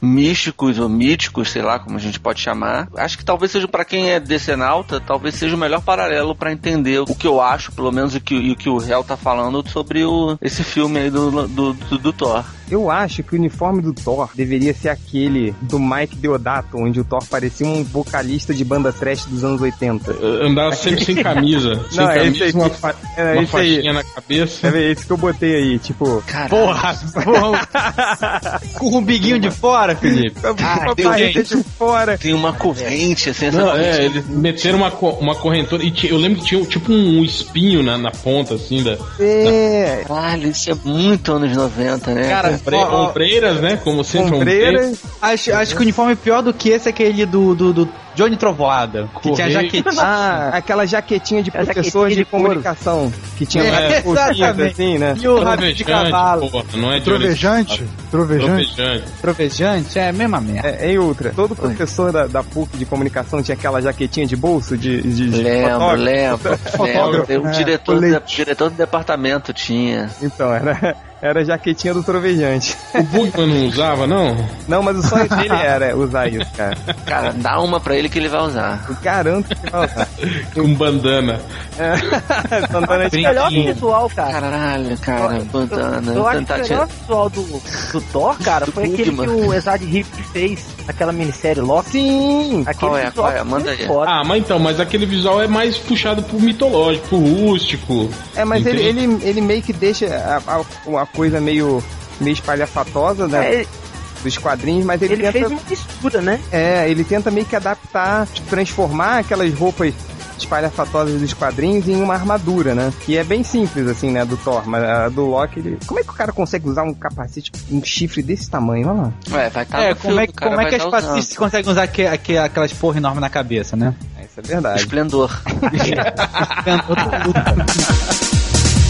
B: místicos ou míticos, sei lá como a gente pode chamar. Acho que talvez seja pra quem é decenalta, talvez seja o melhor paralelo pra entender o que eu acho, pelo menos o que, e o, que o réu tá falando sobre o, esse filme aí do, do, do, do Thor.
A: Eu acho que o uniforme do Thor deveria ser aquele do Mike Deodato, onde o Thor parecia um vocalista de banda trash dos anos 80.
D: eh, Andar sempre sem camisa, sem
A: Não, é esse
D: camisa,
A: aí.
D: uma, fa
A: É,
D: uma
A: esse aí.
D: faixinha na
A: É
D: cabeça.
A: esse que eu botei aí, tipo.
F: Porra, com o umbiguinho de fora, Felipe.
A: Ah,
B: tem gente.
A: de fora.
B: Tem uma corrente, assim, essa
D: Não,
B: corrente
D: é, eles meteram uma, co- uma correntora e ti- eu lembro que tinha tipo um espinho na, na ponta, assim, da,
A: É.
B: Caralho, isso é muito anos 90, né?
F: Cara,
D: Ombre,
F: ó, ó,
D: ombreiras, né? Como sempre, ombreiras.
A: Ombreiras.
F: acho, acho que o uniforme pior do que esse é aquele do, do, do Johnny Trovoada. Que tinha
D: Correio.
F: jaquetinha.
A: Ah, aquela jaquetinha de
E: A jaquetinha
A: professor de,
E: de couro.
A: comunicação que tinha
F: É,
A: várias coisinhas
F: exatamente.
A: assim, né?
F: E o rabo de
D: Trovejante,
F: cavalo.
D: porra, não é
C: Trovejante? Trovejante?
D: Trovejante.
F: Trovejante é a mesma merda.
A: É, em outra, todo professor da, da PUC de comunicação tinha aquela jaquetinha de bolso de, de, de
B: Lembro,
A: fotógrafo. É,
B: lembro,
C: Fotógrafo,
B: lembro. O
C: né?
B: diretor, é
C: Colete.
B: da- diretor do departamento tinha.
A: Então, era, era a jaquetinha do trovejante.
D: O Bugman não usava, não?
A: Não, mas o sonho dele era usar isso, cara.
B: Cara, dá uma pra ele que ele vai usar.
A: Eu garanto que vai usar.
D: Com bandana.
A: É, Santana de
E: Melhor
A: Catinha.
E: visual, cara.
B: Caralho, cara, bandana.
E: Eu acho que o
B: tentativa-
E: melhor visual do, do Thor, cara,
B: tá Do
E: foi aquele
B: Bugman.
E: que o Exad Hip fez naquela minissérie Loki.
A: Sim!
E: Aquele
B: Qual é?
E: visual
B: Qual é?
E: foi
B: Manda aí.
E: Foda.
D: Ah, mas então, mas aquele visual é mais puxado pro mitológico, pro rústico.
A: É, mas ele,
D: Entendi.
A: ele, ele meio que deixa a, a- a coisa meio, meio espalhafatosa, né?
E: É,
A: Dos quadrinhos, mas ele,
E: ele
A: tenta.
E: fez uma mistura, né?
A: É, ele tenta meio que adaptar, tipo, transformar aquelas roupas espalhafatosas dos quadrinhos em uma armadura, né? Que é bem simples, assim, né, do Thor, mas a do Loki, ele... Como é que o cara consegue usar um capacete, um chifre desse tamanho, olha lá?
B: Ué, vai tá estar
F: É, como é, que- como é que as fascistas conseguem usar aque- aque- aquelas porra enormes na cabeça, né?
A: É, isso é verdade.
B: Esplendor.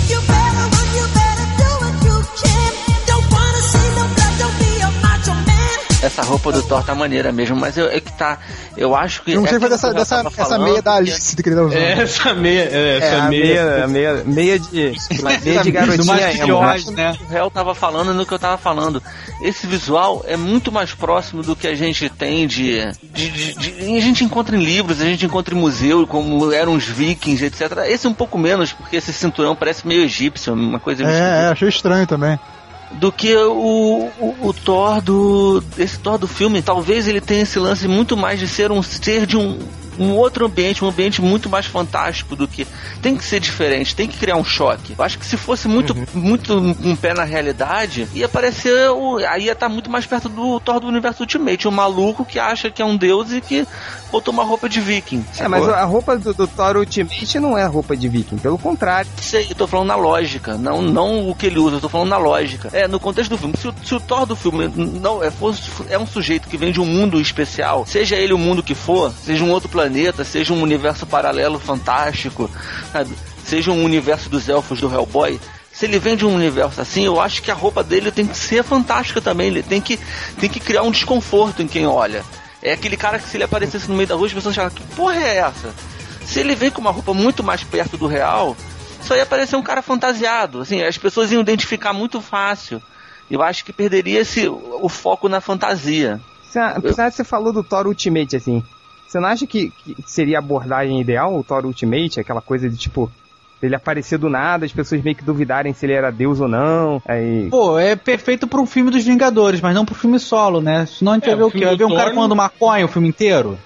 G: You better run, you better do what you can. Don't wanna see no blood, don't be a macho man.
B: Essa roupa do Thor tá maneira mesmo, mas eu, é que tá. Eu acho que.
C: Eu não sei
B: é
C: se foi
B: aquilo
C: dessa,
B: que eu já
C: dessa
B: tava
C: essa
B: falando,
C: meia da
B: que-
C: Alice que ele tá usando.
D: É, essa meia. É,
A: É,
D: essa
A: a
D: meia.
A: meia, a meia, meia de, meia de
F: Do
B: é
A: garotinha é
F: mais de
A: emo, né?
F: Oz, né?
B: um o réu tava falando no que eu tava falando. Esse visual é muito mais próximo do que a gente tem de. de- de- de- a gente encontra em livros, a gente encontra em museu, como eram os vikings, etc. Esse um pouco menos, porque esse cinturão parece meio egípcio, uma coisa meio
C: É, é, achei estranho também.
B: do que o, o, o Thor do. Esse Thor do filme, talvez ele tenha esse lance muito mais de ser um ser de um, um outro ambiente, um ambiente muito mais fantástico do que. Tem que ser diferente, tem que criar um choque. Eu acho que se fosse muito, muito um pé na realidade, ia parecer. O, aí ia estar muito mais perto do Thor do universo Ultimate, um maluco que acha que é um deus e que botou uma roupa de viking.
A: É, mas
B: sacou?
A: a roupa do, do Thor Ultimate não é a roupa de viking, pelo contrário.
B: Sei, eu tô falando na lógica, não, não o que ele usa, eu tô falando na lógica. É, no contexto do filme, se o, se o Thor do filme não é, fosse, é um sujeito que vem de um mundo especial, seja ele o mundo que for, seja um outro planeta, seja um universo paralelo fantástico, sabe? seja um universo dos elfos do Hellboy. Se ele vem de um universo assim, eu acho que a roupa dele tem que ser fantástica também. Ele tem que, tem que criar um desconforto em quem olha. É aquele cara que se ele aparecesse no meio da rua, as pessoas achavam, que porra é essa? Se ele vem com uma roupa muito mais perto do real, só ia parecer um cara fantasiado. Assim, as pessoas iam identificar muito fácil. Eu acho que perderia esse, o foco na fantasia.
A: Você, apesar de você falou do Thor Ultimate, assim, você não acha que, que seria a abordagem ideal, o Thor Ultimate, aquela coisa de tipo, Ele aparecer do nada, as pessoas meio que duvidarem se ele era Deus ou não. Aí.
F: Pô, é perfeito pra um filme dos Vingadores, mas não pro filme solo, né? Senão a gente
D: É,
F: vai ver
D: o
F: o quê?
D: filme
F: Vai
D: do
F: ver um cara
D: Thor não-
F: comando maconha o filme inteiro?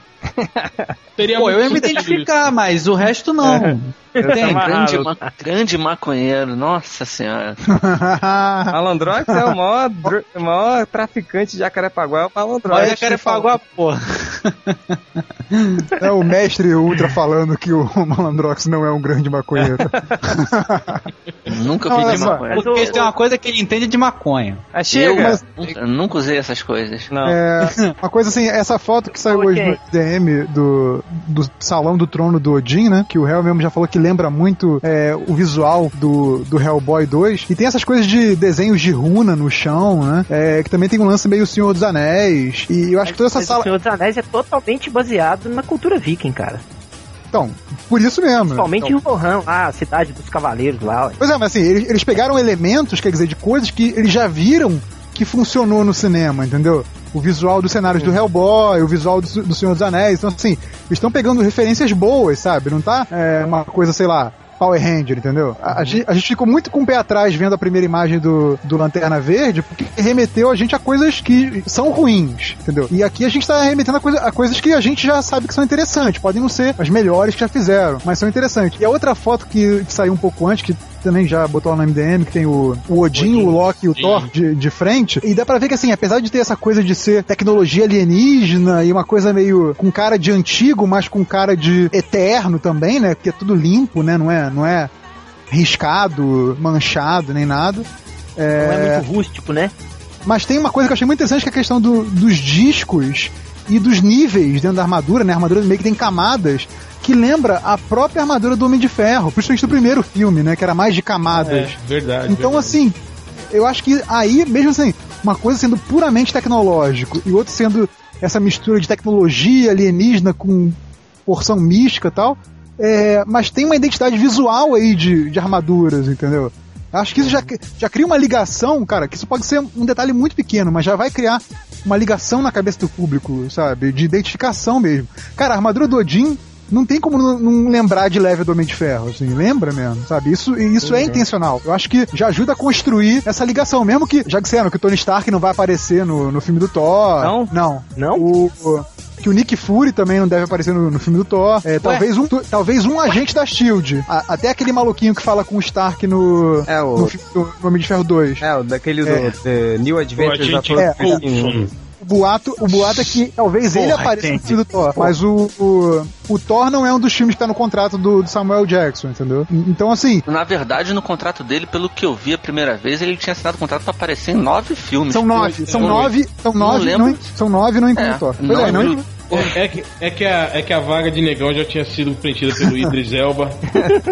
D: Teria
F: Pô,
D: muito
F: eu ia me
D: sentido
F: identificar, mas o resto não.
A: É.
B: tá
A: Tem,
B: Grande, ma- grande maconheiro, nossa senhora.
A: Malandrox é o maior, dr- o maior traficante de Jacarepaguá, é o Malandrox.
F: Olha, cara, pagou a porra.
C: É o mestre Ultra falando que o Malandrox não é um grande maconheiro.
B: Nunca
C: Olha
B: pedi
C: só,
B: maconha.
E: Mas
F: Porque
E: o-
F: tem É uma coisa que ele entende de maconha.
A: Ah, chega!
B: Eu nunca usei essas coisas.
A: Não.
C: É, uma coisa assim, essa foto que saiu
E: Ok.
C: hoje no DM do, do Salão do Trono do Odin, né? Que o Hell mesmo já falou que lembra muito é, o visual do, do Hellboy 2. E tem essas coisas de desenhos de runa no chão, né? é, que também tem um lance meio Senhor dos Anéis. E eu acho que toda essa
E: Mas O
C: sala.
E: Senhor dos Anéis é totalmente baseado na cultura viking, cara.
C: Então, por isso mesmo. né?
E: Principalmente o Rohan, lá, a cidade dos cavaleiros lá. ué.
C: Pois é, mas assim, eles, eles pegaram elementos, quer dizer, de coisas que eles já viram que funcionou no cinema, entendeu? O visual dos cenários do Hellboy, o visual do, do Senhor dos Anéis. Então, assim, eles estão pegando referências boas, sabe? Não tá é, uma coisa, sei lá. Power Ranger, entendeu? A, a gente, a gente ficou muito com o pé atrás vendo a primeira imagem do, do Lanterna Verde, porque remeteu a gente a coisas que são ruins, entendeu? E aqui a gente tá remetendo a, coisa- a coisas que a gente já sabe que são interessantes. Podem não ser as melhores que já fizeram, mas são interessantes. E a outra foto que, que saiu um pouco antes, que também já botou lá no MDM, que tem o, o Odin, o Loki e o Thor de, de frente. E dá pra ver que, assim, apesar de ter essa coisa de ser tecnologia alienígena e uma coisa meio com cara de antigo, mas com cara de eterno também, né? Porque é tudo limpo, né? Não é, não é riscado, manchado, nem nada.
E: Não é muito rústico, né?
C: Mas tem uma coisa que eu achei muito interessante, que é a questão do- dos discos e dos níveis dentro da armadura, né? A armadura meio que tem camadas que lembra a própria armadura do Homem de Ferro, principalmente do primeiro filme, né? Que era mais de
D: É,
C: camadas.
D: verdade.
C: Então,
D: verdade.
C: assim, eu acho que aí, mesmo assim, uma coisa sendo puramente tecnológico e outro sendo essa mistura de tecnologia alienígena com porção mística e tal, é, mas tem uma identidade visual aí de, de armaduras, entendeu? Acho que isso já, já cria uma ligação, cara, que isso pode ser um detalhe muito pequeno, mas já vai criar uma ligação na cabeça do público, sabe? De identificação mesmo. Cara, a armadura do Odin não tem como não- não lembrar de leve do Homem de Ferro, assim, lembra mesmo, sabe? Isso, e isso
A: Uhum.
C: é intencional. Eu acho que já ajuda a construir essa ligação, mesmo que, já disseram que o Tony Stark não vai aparecer no, no filme do Thor.
A: Não?
C: Não.
E: Não?
C: O- o- que o Nick Fury também não deve aparecer no, no filme do Thor. É, talvez, um, tu- talvez um agente da SHIELD. A- até aquele maluquinho que fala com o Stark no,
A: É, o-
C: no filme do no Homem de Ferro 2.
A: É, o daquele do
C: É.
A: The New
D: Pô, a
A: Adventures
D: gente é um
A: of Robert Pattinson.
D: Coulson.
C: O boato, o boato é que talvez ele
F: Porra,
C: apareça no
F: entendi.
C: filme do Thor. Mas o, o, o Thor não é um dos filmes que tá no contrato do, do Samuel Jackson, entendeu? Então, assim,
B: Na verdade, no contrato dele, pelo que eu vi a primeira vez, ele tinha assinado um contrato pra aparecer em nove filmes.
C: são nove. São
B: Oito.
C: nove. São
B: Não
C: nove.
B: lembro.
C: Não, são nove não inclui
B: É,
C: o Thor. Pois
B: não
C: é, não
B: inclui.
D: É, é que, é, que a, é que a vaga de negão já tinha sido preenchida pelo Idris Elba.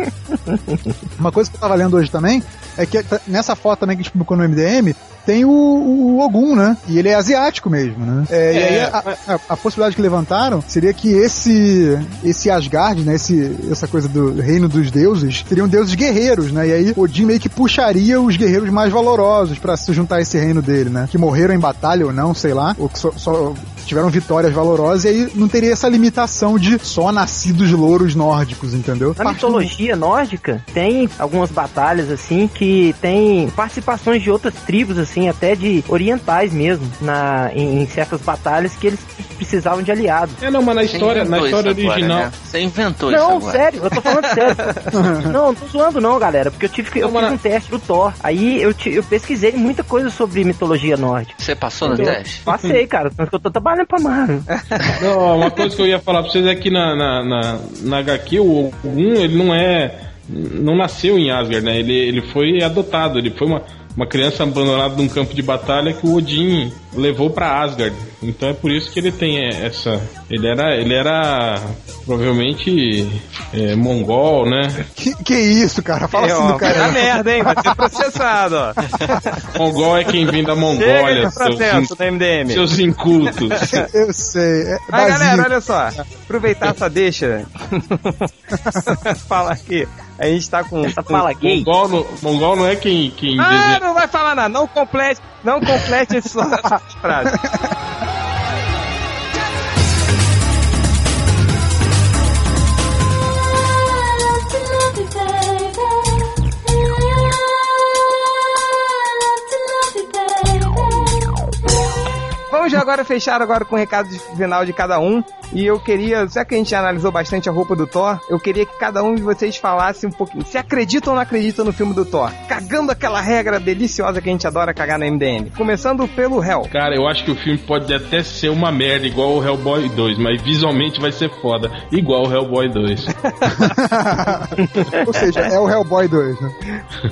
C: Uma coisa que eu tava lendo hoje também é que t- nessa foto também que a gente publicou no MDM tem o, o Ogum, né? E ele é asiático mesmo, né? É, E aí
D: É.
C: a, a- a possibilidade que levantaram seria que esse esse Asgard, né? Esse, essa coisa do reino dos deuses, seriam deuses guerreiros, né? E aí Odin meio que puxaria os guerreiros mais valorosos pra se juntar a esse reino dele, né? Que morreram em batalha ou não, sei lá. Ou que só, só tiveram vitórias valorosas e aí não teria essa limitação de só nascidos louros nórdicos, entendeu?
E: Na
C: Partindo-
E: mitologia nórdica, tem algumas batalhas, assim, que tem participações de outras tribos, assim, até de orientais mesmo, na, em, em certas batalhas que eles precisavam de aliados.
D: É, não, mas na
B: Você
D: história, na
B: inventou
D: história
B: isso agora,
D: original.
B: né? Você inventou isso
E: Não,
B: agora.
E: sério, eu tô falando sério. não, não tô zoando não, galera, porque eu tive que, eu
D: Não, mas
E: fiz
D: na-
E: um teste do Thor. Aí eu, te- eu pesquisei muita coisa sobre mitologia nórdica.
B: Você passou no teste?
E: Então, Passei, cara, tanto que eu tô trabalhando pra Marvel.
D: Não, uma coisa que eu ia falar pra vocês é que na, na, na, na HQ, o Ogum, ele não é. Não nasceu em Asgard, né? Ele, ele foi adotado, ele foi uma, uma criança abandonada num campo de batalha que o Odin levou pra Asgard. Então é por isso que ele tem é, essa. Ele era, ele era provavelmente é, mongol, né?
C: Que, que isso, cara? Fala
A: É,
C: assim
A: ó,
C: do
A: vai dar
C: cara.
A: merda, hein? Vai ser processado, ó.
D: Mongol é quem vem da
A: Chega
D: Mongólia,
A: de processo do MDM.
D: seus incultos.
C: Eu sei. É,
A: Mas
C: Brasil.
A: galera, olha só, aproveitar essa deixa, falar aqui, a gente tá com...
E: Essa fala gay.
D: Mongol, não- mongol não é quem, quem
A: Ah,
D: desenha-
A: não vai falar nada, não complete, não complete essa frase.
G: I love to love you, babe.
A: Então já agora fecharam agora com o recado de- final de cada um. E eu queria, já que a gente analisou bastante a roupa do Thor, eu queria que cada um de vocês falasse um pouquinho. Se acredita ou não acredita no filme do Thor? Cagando aquela regra deliciosa que a gente adora cagar na MDM. Começando pelo Hell.
D: Cara, eu acho que o filme pode até ser uma merda, igual o Hellboy 2, mas visualmente vai ser foda, igual o Hellboy 2.
C: Ou seja, é o Hellboy 2, né?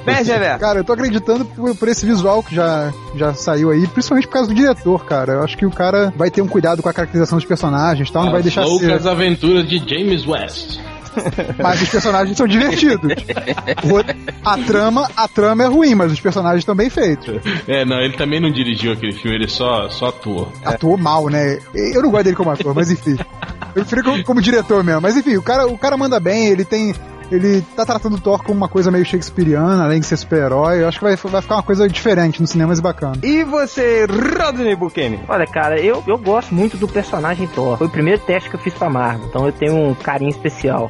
A: Bergever.
C: Cara, eu tô acreditando por, por esse visual que já, já saiu aí, principalmente por causa do diretor, cara. Eu acho que o cara vai ter um cuidado com a caracterização dos personagens e tal, não vai deixar
D: As
C: ser.
D: Loucas Aventuras de James West.
C: Mas os personagens são divertidos. O- A trama, a trama é ruim, mas os personagens estão bem feitos.
D: É, não, ele também não dirigiu aquele filme, ele só, só atuou.
C: Atuou mal, né? Eu não gosto dele como ator, mas enfim. Eu prefiro como, como diretor mesmo. Mas enfim, o cara, o cara manda bem, ele tem. Ele tá tratando o Thor como uma coisa meio shakespeariana, além de ser super-herói. Eu acho que vai, vai ficar uma coisa diferente nos cinemas e bacana.
A: E você, Rodney Bukemi?
E: Olha, cara, eu, eu gosto muito do personagem Thor. Foi o primeiro teste que eu fiz pra Marvel, então eu tenho um carinho especial.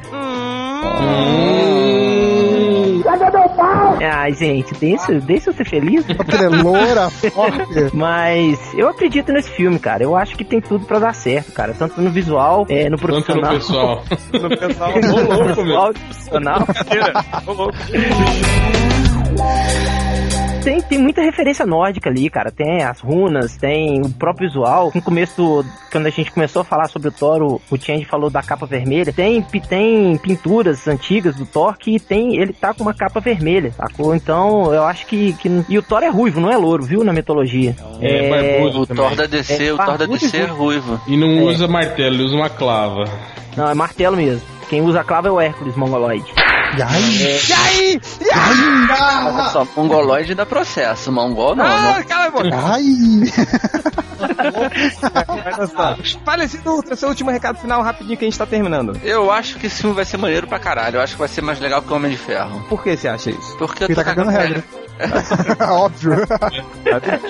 E: Ai, gente, deixa, deixa eu ser feliz.
C: Só porque ele é loura, forte.
E: Mas eu acredito nesse filme, cara. Eu acho que tem tudo pra dar certo, cara. Tanto no visual, é, no
D: Tanto no
E: profissional.
D: pessoal.
A: No pessoal.
D: Ô, louco, meu.
E: visual, no profissional. Tem, tem muita referência nórdica ali, cara. Tem as runas, tem o próprio visual. No começo, do- quando a gente começou a falar sobre o Thor, o, o Change falou da capa vermelha. Tem, pi- tem pinturas antigas do Thor que tem, ele tá com uma capa vermelha, sacou? Então, eu acho que, que... E o Thor é ruivo, não é louro, viu? Na mitologia.
D: É, barbudo
B: O
D: também.
B: Thor da DC,
E: É,
B: o Thor da
E: barbudo
B: DC é
E: e
B: ruivo.
D: E não
A: É.
D: usa martelo, ele usa uma clava.
E: Não, é martelo mesmo. Quem usa a clava é o Hércules, mongoloide.
C: E
D: É.
C: aí?
A: E aí? E aí? Ah,
B: Olha só, mongoloide dá processo, mongol não. né?
A: ah, cala a boca.
C: Ai!
A: Olha só. Falecido Ultra, seu é último recado final rapidinho que a gente tá terminando.
B: Eu acho que esse filme vai ser maneiro pra caralho. Eu acho que vai ser mais legal que o Homem de Ferro.
A: Por que você acha isso?
B: Porque eu
C: Ele
B: tô
C: tá cagando regra. Óbvio.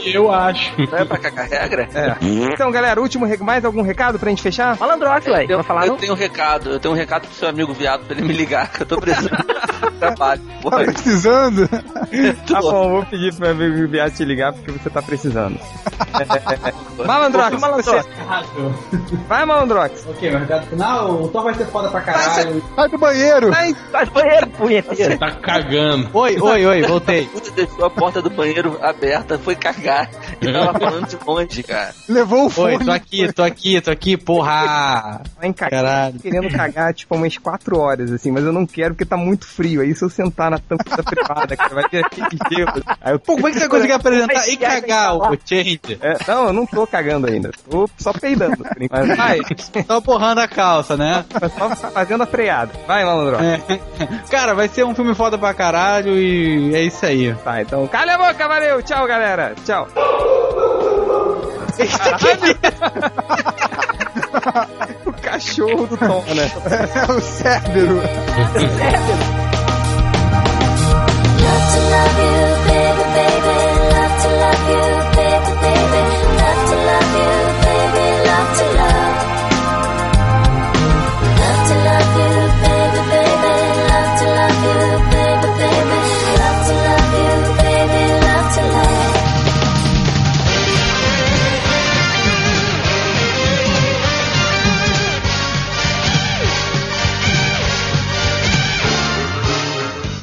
D: E Eu acho.
B: Não é pra cagar regra?
A: É. Então, galera, último re- mais algum recado pra gente fechar?
E: Malandrox, ué.
B: Eu,
E: Vai falar,
B: eu
E: não?
B: tenho um recado, eu tenho um recado pro seu amigo viado pra ele me ligar, que eu tô precisando de trabalho.
C: Tá
B: Porra,
C: precisando?
A: Tá bom, vou pedir pro meu amigo Biá te ligar porque você tá precisando. Malandrox, Malandrox. Vai, Malandrox.
F: Ok, meu recado final, o Thor vai ser foda pra caralho.
C: Vai pro banheiro.
A: Vai,
E: Vai no banheiro, punheteiro.
D: Tá cagando.
F: Oi, oi, oi, voltei.
B: puta deixou a porta do banheiro aberta, foi cagar. E tava falando de onde, cara.
C: Levou o
F: Oi,
C: fone.
F: tô aqui, tô aqui, tô aqui, porra!
A: vai encaixar.
F: Caralho.
A: Querendo cagar, tipo, umas 4 horas, assim, mas eu não quero porque tá muito frio. Aí se eu sentar na tampa da privada, cara, vai ter aquele gelo. Aí eu,
F: Pô, como é que você conseguiu apresentar e cagar o Change?
A: É, não, eu não tô cagando ainda. Tô só peidando. por enquanto. Então, Vai,
F: Só porrando a calça, né?
A: só fazendo a freada. Vai, Malandrox.
F: É. Cara, vai ser um filme foda pra caralho e é isso aí.
A: Tá, então cala a boca, valeu! Tchau, galera! Tchau!
F: é
A: o cachorro do Tom, né?
C: É o Cérebro.
G: Love to love you, baby, baby. Love to love you, baby, baby. Love to love you, baby. Love to love. Love to love you, baby, baby. Love to love you, baby, baby. Love to love you, baby. Love to love.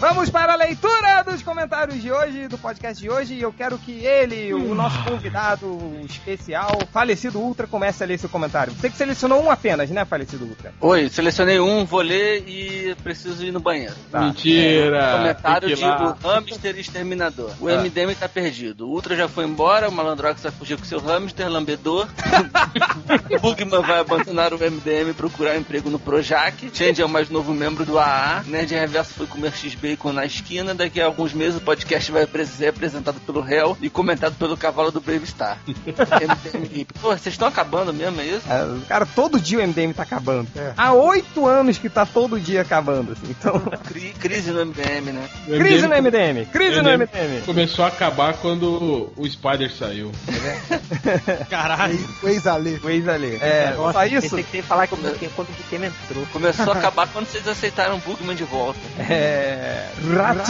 A: Vamos para a leitura dos comentários de hoje, do podcast de hoje, e eu quero que ele, o nosso convidado especial, falecido Ultra, comece a ler seu comentário. Você que selecionou um apenas, né, falecido Ultra?
B: Oi, selecionei um, vou ler e preciso ir no banheiro. Tá. É,
D: Mentira.
B: Comentário
D: Tem que
B: de
D: ir lá.
B: do Hamster Exterminador. O MDM tá perdido. O Ultra já foi embora, o Malandrox vai fugir com seu hamster lambedor. o Bugman vai abandonar o MDM e procurar emprego no Projac. Change é o mais novo membro do AA. Nerd Reverso foi comer X-Bacon na esquina. Daqui a alguns meses o podcast vai apre- ser apresentado pelo réu e comentado pelo cavalo do Brave Star. MDM hippie. Pô, vocês estão acabando mesmo, é isso?
A: É, Cara, todo dia o MDM tá acabando. Há oito anos que tá todo dia acabando, assim. Então,
B: Cri- crise no MDM, né?
A: crise no MDM! Crise no
D: MDM.
A: MDM!
D: Começou a acabar quando o Spider saiu.
F: Caralho.
C: O ex-Ale.
A: O ex-ali. É,
E: Nossa,
A: só isso?
E: Pensei que você ia falar que
B: um
E: eu- que quando o tema entrou.
B: Começou a acabar quando vocês aceitaram o Bugman de volta.
A: É.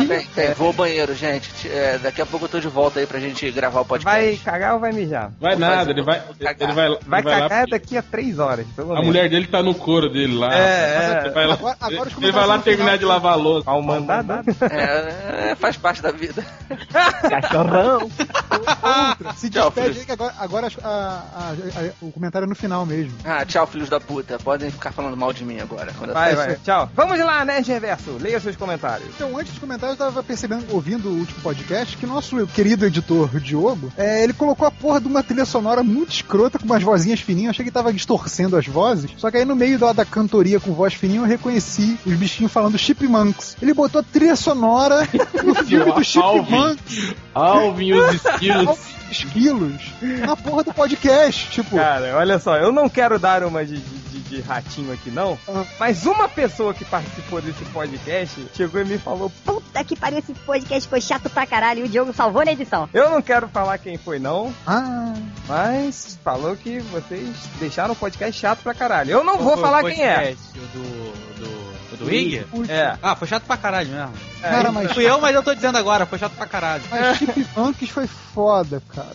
B: Bem, bem, vou ao banheiro, gente. É, É, daqui a pouco eu tô de volta aí pra gente gravar o podcast.
A: Vai cagar ou vai mijar?
D: Vai
B: Vou
D: nada,
B: fazer-
D: ele vai.
B: vou cagar.
D: Ele vai, ele
A: Vai
D: vai lá
A: cagar
D: porque
A: daqui a três horas, pelo
D: A
A: menos.
D: mulher dele tá no couro dele lá.
A: É, é.
D: Vai lá-
C: Agora- agora os
D: ele vai lá
C: comentários
D: terminar
C: no final.
D: de lavar a louça.
A: Mal mandada.
B: É, é, faz parte da vida.
E: Cachorrão.
C: Outra. Se
B: Tchau,
C: despede
B: filho.
C: aí que agora, agora a- a- a- o comentário é no final mesmo.
B: Ah, tchau, filhos da puta. Podem ficar falando mal de mim agora. Quando eu
A: Vai,
B: sair.
A: vai. Tchau. Vamos lá, né, Reverso? Leia seus comentários.
C: Então, antes de comentar, eu tava percebendo, ouvindo o último podcast, que nosso querido editor Diogo, é, ele colocou a porra de uma trilha sonora muito escrota, com umas vozinhas fininhas. Eu achei que tava distorcendo as vozes. Só que aí no meio da, da cantoria com voz fininha, eu reconheci os bichinhos falando Chipmunks. Ele botou trilha sonora no filme do Chipmunks,
D: Alvin, os esquilos.
C: esquilos, na porra do podcast. Tipo,
A: Cara, olha só, eu não quero dar uma de, de- de- de ratinho aqui, não.
C: Ah.
A: Mas uma pessoa que participou desse podcast chegou e me falou:
I: Puta que pariu, esse podcast foi chato pra caralho e o Diogo salvou na edição.
A: Eu não quero falar quem foi, não.
C: ah,
A: Mas falou que vocês deixaram o podcast chato pra caralho. Eu não vou falar quem é.
F: Do, do, do, do Ig?
A: É,
F: Ah, foi chato pra caralho mesmo.
C: cara, mas,
F: Fui eu, mas eu tô dizendo agora, foi chato pra caralho.
C: mas Chipmunks foi foda, cara.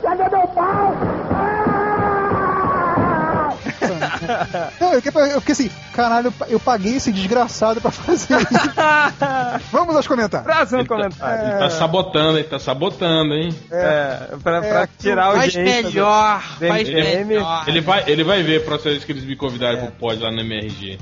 A: Tá.
C: Não, eu, eu fiquei assim, caralho, eu paguei esse desgraçado pra fazer isso. Vamos aos comentários.
A: próximo
D: Ele tá,
A: comentário.
D: ele tá sabotando, ele tá sabotando, hein?
A: É, pra,
C: É,
A: pra
C: aquilo
A: tirar o
F: Faz
A: jeito.
F: melhor,
A: do-
F: faz
A: do meme.
F: melhor.
D: Ele vai, ele vai ver a próxima vez que eles me convidarem
A: É.
D: pro pod lá no MRG.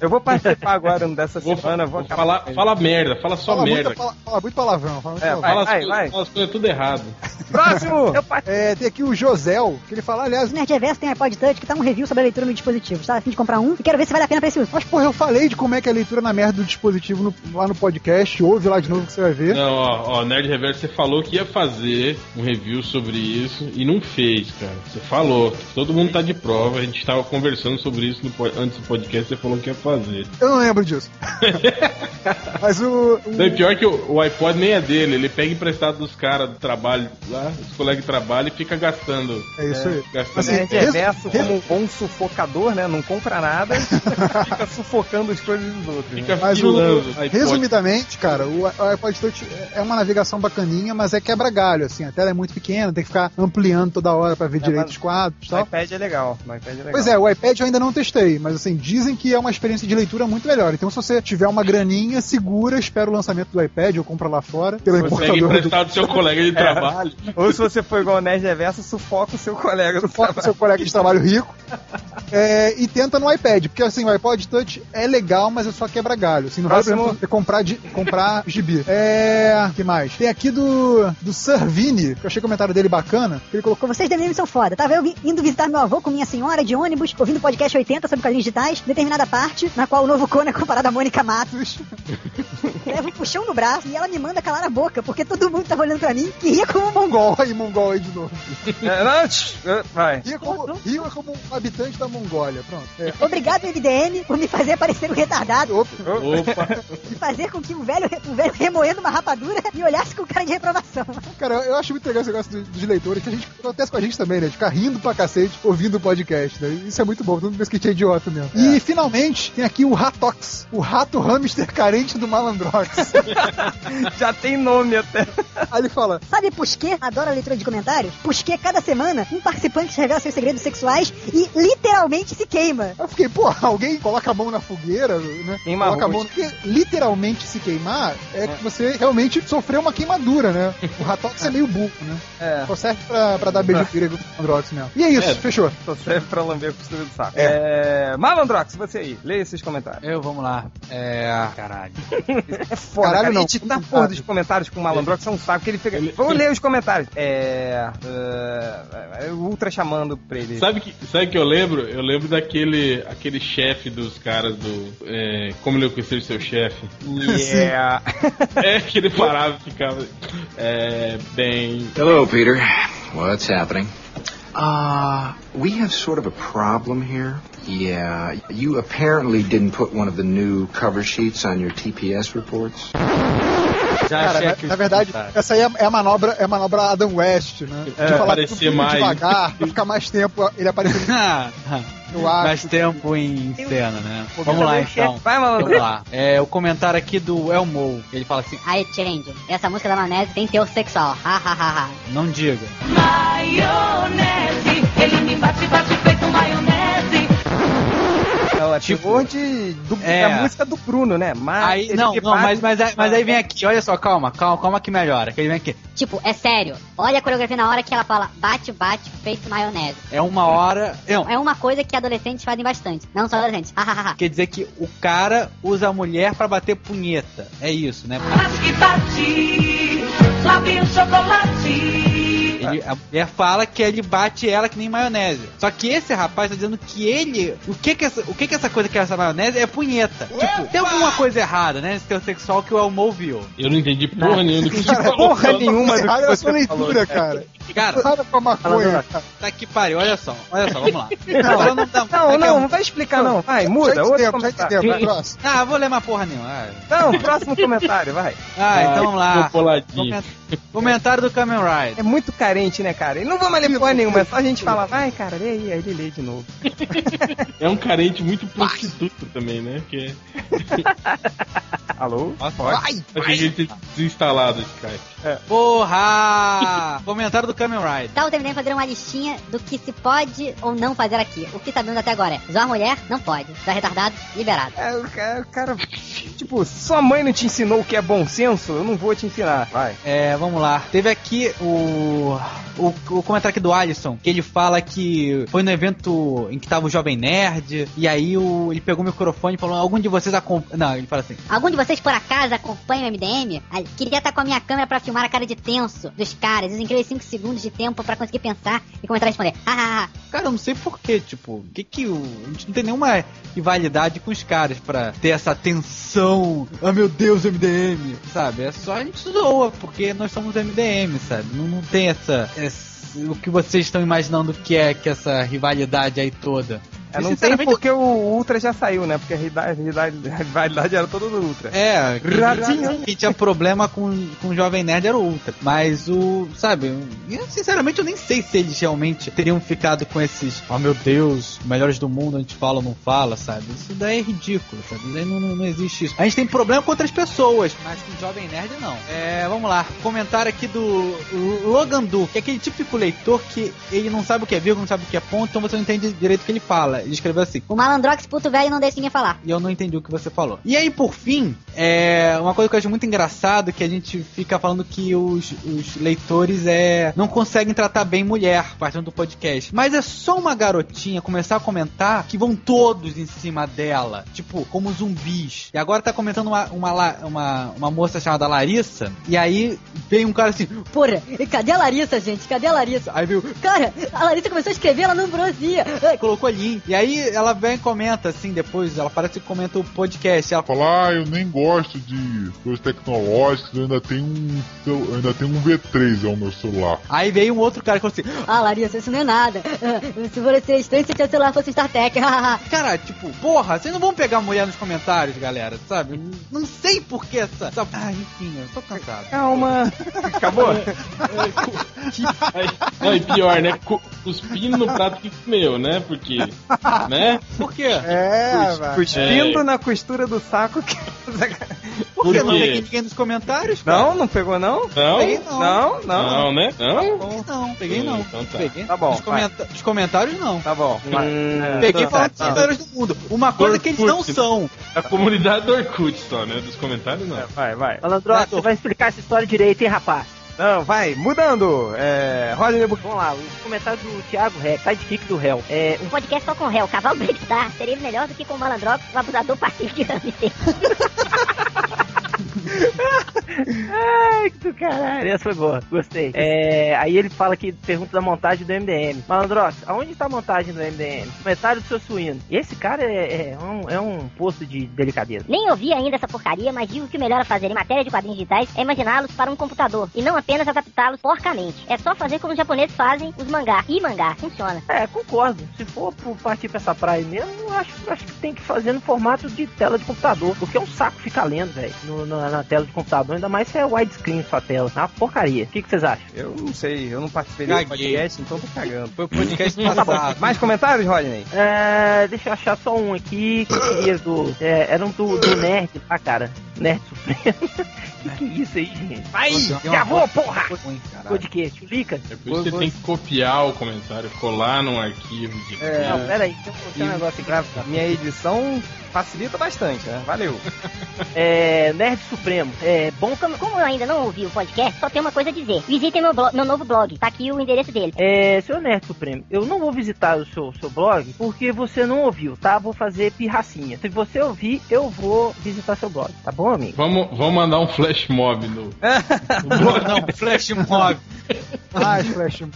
A: Eu vou participar agora um dessa
D: Vou,
A: semana,
D: vou
A: vou acabar.
D: falar, fala merda, fala só
C: Fala,
D: merda.
C: muita, fala, fala muito palavrão. Fala muito
A: É,
C: palavrão.
A: vai,
D: Fala as
A: vai,
D: coisas-
A: vai.
D: fala as coisas tudo errado.
A: Próximo! Eu participo.
C: É, tem aqui o Josel, que ele fala, aliás,
I: O Nerdverso tem iPod Touch que tá um review sobre a leitura no dispositivo. Tá a fim de comprar um e quero ver se vale a pena pra esse uso.
C: mas porra, eu falei de como é que é a leitura na merda do dispositivo no- lá no podcast, ouve lá de novo que você vai ver.
D: Não, ó, ó, Nerd Reverso, você falou que ia fazer um review sobre isso e não fez, cara. Você falou. Todo mundo tá de prova, a gente tava conversando sobre isso no po- antes do podcast, você falou que ia fazer.
C: Eu não lembro disso. mas o... o-
D: Não, e pior que o, o iPod nem é dele, ele pega emprestado dos caras do trabalho lá, dos colegas de trabalho e fica gastando.
C: É isso aí.
D: Gastando. É,
C: Assim,
A: Nerd
C: res-
A: Reverso como um bom sufocador, né? Não compra nada e fica sufocando as coisas dos outros. né?
D: Fica
C: Mas o,
D: filando iPod.
C: resumidamente, cara, o o iPod Touch é uma navegação bacaninha, mas é quebra-galho, assim, a tela é muito pequena, tem que ficar ampliando toda hora pra ver direito
A: É, mas-
C: os quadros e
A: O
C: tal.
A: iPad é legal. O iPad é legal.
C: Pois é, o iPad eu ainda não testei, mas assim, dizem que é uma experiência de leitura muito melhor. Então, se você tiver uma graninha, segura, espera o lançamento do iPad ou compra lá fora, pela
D: Você pega
C: importadora do
D: emprestado do seu colega de trabalho.
A: É. Ou se você for igual o Nerd Reverso, sufoca o seu colega do
C: fora do seu colega de trabalho rico. É, e tenta no iPad, porque assim, o iPod Touch é legal, mas é só quebra galho. Assim, não
A: Próximo.
C: vale a pena você comprar, de, comprar gibi. É. que mais? Tem aqui do, do Servini, que eu achei o comentário dele bacana, que ele colocou.
I: Vocês devem são foda. Tava eu vi- indo visitar meu avô com minha senhora de ônibus, ouvindo o podcast 80 sobre quadrinhos digitais, determinada parte, na qual o novo Conan é comparado a Mônica Matos. Leva um puxão no braço e ela me manda calar a boca, porque todo mundo tava olhando pra mim e ria como um mongol.
C: Mongol, aí, Mongol aí de novo.
A: É, não, tch, é, vai.
C: Ria como, ria como um habitante da Mongólia, pronto. É.
I: Obrigado, MDM, por me fazer parecer um retardado
C: Opa.
D: Opa,
I: e fazer com que um velho, um velho remoendo uma rapadura me olhasse com cara de reprovação.
C: Cara, eu acho muito legal esse negócio do- dos leitores, que a gente acontece com a gente também, né? De ficar rindo pra cacete ouvindo o podcast, né? Isso é muito bom, todo mundo pensa que a gente é idiota mesmo. E finalmente tem aqui o Ratox, o rato hamster carente do Malandrox.
A: Já tem nome até.
C: Aí ele fala:
I: Sabe Pusquet? Adora a leitura de comentários. Pusquet, cada semana, um participante revela seus segredos sexuais e literalmente se queima.
C: Eu fiquei, pô, alguém coloca a mão na fogueira, né?
A: Queima
C: coloca a mão.
A: arroz.
C: Porque literalmente se queimar é que você realmente sofreu uma queimadura, né? O Ratox é meio burro, né?
A: É.
C: Só serve pra, pra dar beijo grego pro Malandrox mesmo. E é isso,
D: É.
C: fechou.
A: Só serve pra lamber a costura do saco. É. Malandrox, você aí. Leia esses comentários.
F: Eu, vamos lá. É. Caralho.
A: É foda,
C: Caralho,
A: cara.
C: não.
A: Editar a porra dos comentários com o Malandrox é um saco que ele fica... Vamos ler os comentários. É... é, é, o Ultra chamando pra ele.
D: Sabe que, sabe que eu lembro? Eu lembro daquele aquele chefe dos caras do. é, como eu conheci seu chefe.
A: Yeah.
D: É que ele parava e ficava. É, bem.
J: Hello, Peter. What's happening? Uh, we have sort of a problem here. Yeah, you apparently didn't put one of the new cover sheets on your TPS reports.
F: Já
C: Cara,
F: achei
C: na,
F: aqui
C: na
F: os
C: verdade,
F: comentários.
C: essa aí é, é a manobra, é a manobra Adam West, né? De
D: É, aparecer mais.
C: devagar, pra ficar mais tempo ele aparecendo no ar.
F: Mais tempo em
A: um
F: cena, né? Vamos
E: Cadê
F: lá
E: o chefe?
F: então.
E: Vai, malandro.
F: Vamos lá. É o comentário aqui do Elmo. Ele fala assim:
K: Aí, Change, essa música da Manese tem teor sexual. Ha, ha, ha, ha.
F: não diga.
H: Maionese, ele me bate, bate feito maionese.
A: É o
F: Tipo,
A: ativor de. do-
F: é.
A: é a música do Bruno, né? Mas.
F: Aí,
A: ele
F: não,
A: te
F: não,
A: bate-
F: mas, mas, aí- mas aí vem aqui, olha só, calma, calma, calma que melhora. Que ele vem aqui.
K: Tipo, é sério. Olha a coreografia na hora que ela fala bate, bate, feito maionese.
F: É uma hora. Não,
K: É uma coisa que adolescentes fazem bastante. Não só adolescentes. Ha, ha, ha, ha.
F: quer dizer que o cara usa a mulher pra bater punheta. É isso, né?
H: Mas que bate, lá vem o chocolate.
F: Ele, a mulher fala que ele bate ela que nem maionese. Só que esse rapaz tá dizendo que ele. O que que essa, o que que essa coisa que é essa maionese é punheta? Tipo, tem alguma coisa errada, né? Esse teu sexual que o Elmo viu.
D: Eu não entendi porra nenhuma do que você falou.
A: Porra nenhuma do
C: Erraram
A: que
C: a sua
A: você falou.
F: né?
C: leitura, cara.
F: Cara,
C: Erraram com a maconha, cara.
F: tá que pariu, olha só, olha só, vamos lá. Tá Agora não dá-
A: Não,
F: daqui a
A: não,
F: um-
A: não vai explicar, não. Vai, muda.
C: já
A: Outro
C: entendemos, já
A: comentário.
C: entendemos. vai, Próximo.
F: Ah, vou ler mais porra nenhuma. Ah,
A: Não, próximo comentário, vai.
F: ah, então vamos lá.
D: tô boladinho.
F: Comen- Comentário do Kamen
A: É
F: Rider.
A: muito carente, né, cara? E não vamos ler porra nenhuma, é só a gente falar, vai, cara, lê aí, aí ele lê de novo.
D: É um carente muito prostituto também, né? Porque
A: Alô?
F: Nossa,
D: achei que ele tinha desinstalado esse cara.
A: É.
F: Porra! Comentário do Kamen Rider.
K: Então terminei de fazer uma listinha do que se pode ou não fazer aqui. O que sabemos até agora é: zoar mulher, não pode. Zoar retardado, liberado.
A: É, o cara, o cara, tipo, sua mãe não te ensinou o que é bom senso, eu não vou te ensinar. Vai.
F: É, vamos lá. Teve aqui o, o, o comentário aqui do Alisson, que ele fala que foi no evento em que tava o Jovem Nerd, e aí o, ele pegou o microfone e falou, algum de vocês acompanha... Não, ele fala assim,
K: Algum de vocês por acaso acompanha o MDM? Ah, Queria estar com a minha câmera pra filmar a cara de tenso dos caras, os incríveis 5 segundos de tempo pra conseguir pensar e começar a responder. Ha, ha, ha.
F: cara, eu não sei porquê, tipo, que que o... A gente não tem nenhuma rivalidade com os caras pra ter essa tensão, ah meu Deus, MDM, sabe? É só a gente zoa, porque nós somos MDM, sabe? Não, não tem essa... essa- O que vocês estão imaginando que é que essa rivalidade aí toda.
A: É, não tem
F: Sinceramente,
A: porque o Ultra já saiu, né? Porque a rivalidade, a rivalidade era toda do Ultra.
F: É, quem-
A: Ratinho.
F: quem tinha problema com, com o Jovem Nerd era o Ultra. Mas o, sabe, eu, sinceramente eu nem sei se eles realmente teriam ficado com esses, oh meu Deus, melhores do mundo, a gente fala ou não fala, sabe? Isso daí é ridículo, sabe? Isso daí não, não, não existe isso. A gente tem problema com outras pessoas, mas com o Jovem Nerd não. É, vamos lá. Comentário aqui do Logan Du, que é aquele típico leitor que ele não sabe o que é vírgula, não sabe o que é ponto, então você não entende direito o que ele fala. Ele escreveu assim,
K: O malandrox puto velho não deixa ninguém falar.
F: e eu não entendi o que você falou. E aí, por fim, é uma coisa que eu acho muito engraçado é que a gente fica falando que os, os leitores é não conseguem tratar bem mulher, partindo do podcast. Mas é só uma garotinha começar a comentar que vão todos em cima dela, tipo, como zumbis. E agora tá comentando uma, uma, la- uma, uma moça chamada Larissa, e aí vem um cara assim,
K: Porra, cadê a Larissa, gente? Cadê a Larissa?
F: aí viu,
K: Cara, a Larissa começou a escrever, ela não bronzia.
F: colocou ali. E aí ela vem e comenta assim depois, ela parece que comenta o podcast, ela
L: falar, ah, eu nem gosto de coisas tecnológicas, eu ainda tenho um, cel- eu ainda tenho um V3 é o meu celular.
F: Aí veio um outro cara que falou assim:
K: Ah, Larissa, isso não é nada.
I: Ah,
K: Se você estranho, se seu celular fosse Star Trek.
F: Cara, tipo, porra, vocês não vão pegar mulher nos comentários, galera, sabe? Não sei por que essa. essa... Ah, enfim, eu tô cansado.
A: Calma. Acabou?
D: Aí, não, e pior, né? Cu- Cuspindo no prato que comeu, né? Porque. Né?
F: Por quê?
C: É, vai.
A: Cuspindo na costura do saco que.
F: Por que não
D: Por quê?
F: peguei ninguém nos comentários? cara?
A: Não, não pegou, não?
D: Não?
F: Peguei não.
A: Não, não.
D: Não, né? Não?
F: Peguei não, peguei não.
D: Então tá.
F: Peguei.
A: Tá bom,
F: Nos, comenta- nos comentários não.
A: Tá bom. vai. É,
F: Peguei
A: tá,
F: falando dos
A: tá.
F: melhores do mundo. Uma coisa que eles não
D: Orkut.
F: são.
D: A comunidade do Orkut só, né? Dos comentários não.
A: É, Vai, vai.
E: Malandrox,
F: Neto.
E: você vai explicar essa história direito, hein, rapaz?
A: Não, vai. Mudando. É. Rodney Buc-
E: Vamos lá, o comentário do Thiago Rex, sidekick do réu. É,
K: Um podcast só com o réu, cavalo Brickstar, seria melhor do que com o malandrox, o abusador passivo de hamster.
E: Ai, que do caralho. Essa foi boa, gostei. É, aí ele fala que pergunta da montagem do MDM. Malandrox, aonde está a montagem do MDM? Comentário do seu suíno. E esse cara é, é um, é um posto de delicadeza.
K: Nem ouvi ainda essa porcaria, mas digo que o melhor a fazer em matéria de quadrinhos digitais é imaginá-los para um computador e não apenas adaptá-los porcamente. É só fazer como os japoneses fazem os mangá. E mangá, funciona.
E: É, concordo. Se for pro- partir pra essa praia mesmo, eu acho, eu acho que tem que fazer no formato de tela de computador. Porque é um saco ficar lendo, velho, no- na, na tela de computador, ainda mais se é widescreen sua tela. É uma porcaria. O que, que vocês acham?
A: Eu não sei, eu não participei desse
E: Caguei.
A: podcast, então tô cagando. Foi o
E: podcast passado.
A: Mais comentários, Rodney?
E: É, deixa eu achar só um aqui que seria do. É, era um do, do Nerd, tá, cara? Nerd Supremo. que, que é isso aí, gente? Vai! Gravou, porra! Podcast, clica.
D: É Por isso você tem que copiar o comentário, colar num arquivo de.
A: É,
E: Não, pera aí, deixa eu botar um negócio aqui.
A: Minha edição facilita bastante, né? Valeu.
E: É, Nerd Supremo. É, bom
K: Como, como eu ainda não ouvi o podcast, só tem uma coisa a dizer. Visitem meu, blo- meu novo blog. Tá aqui o endereço dele.
E: É, senhor Nerd Supremo, eu não vou visitar o seu, seu blog porque você não ouviu, tá? Vou fazer pirracinha. Se você ouvir, eu vou visitar seu blog, tá bom, amigo?
D: Vamos, vamos mandar um flash mob no.
F: Não, Um flash mob.
C: Mais flash mob.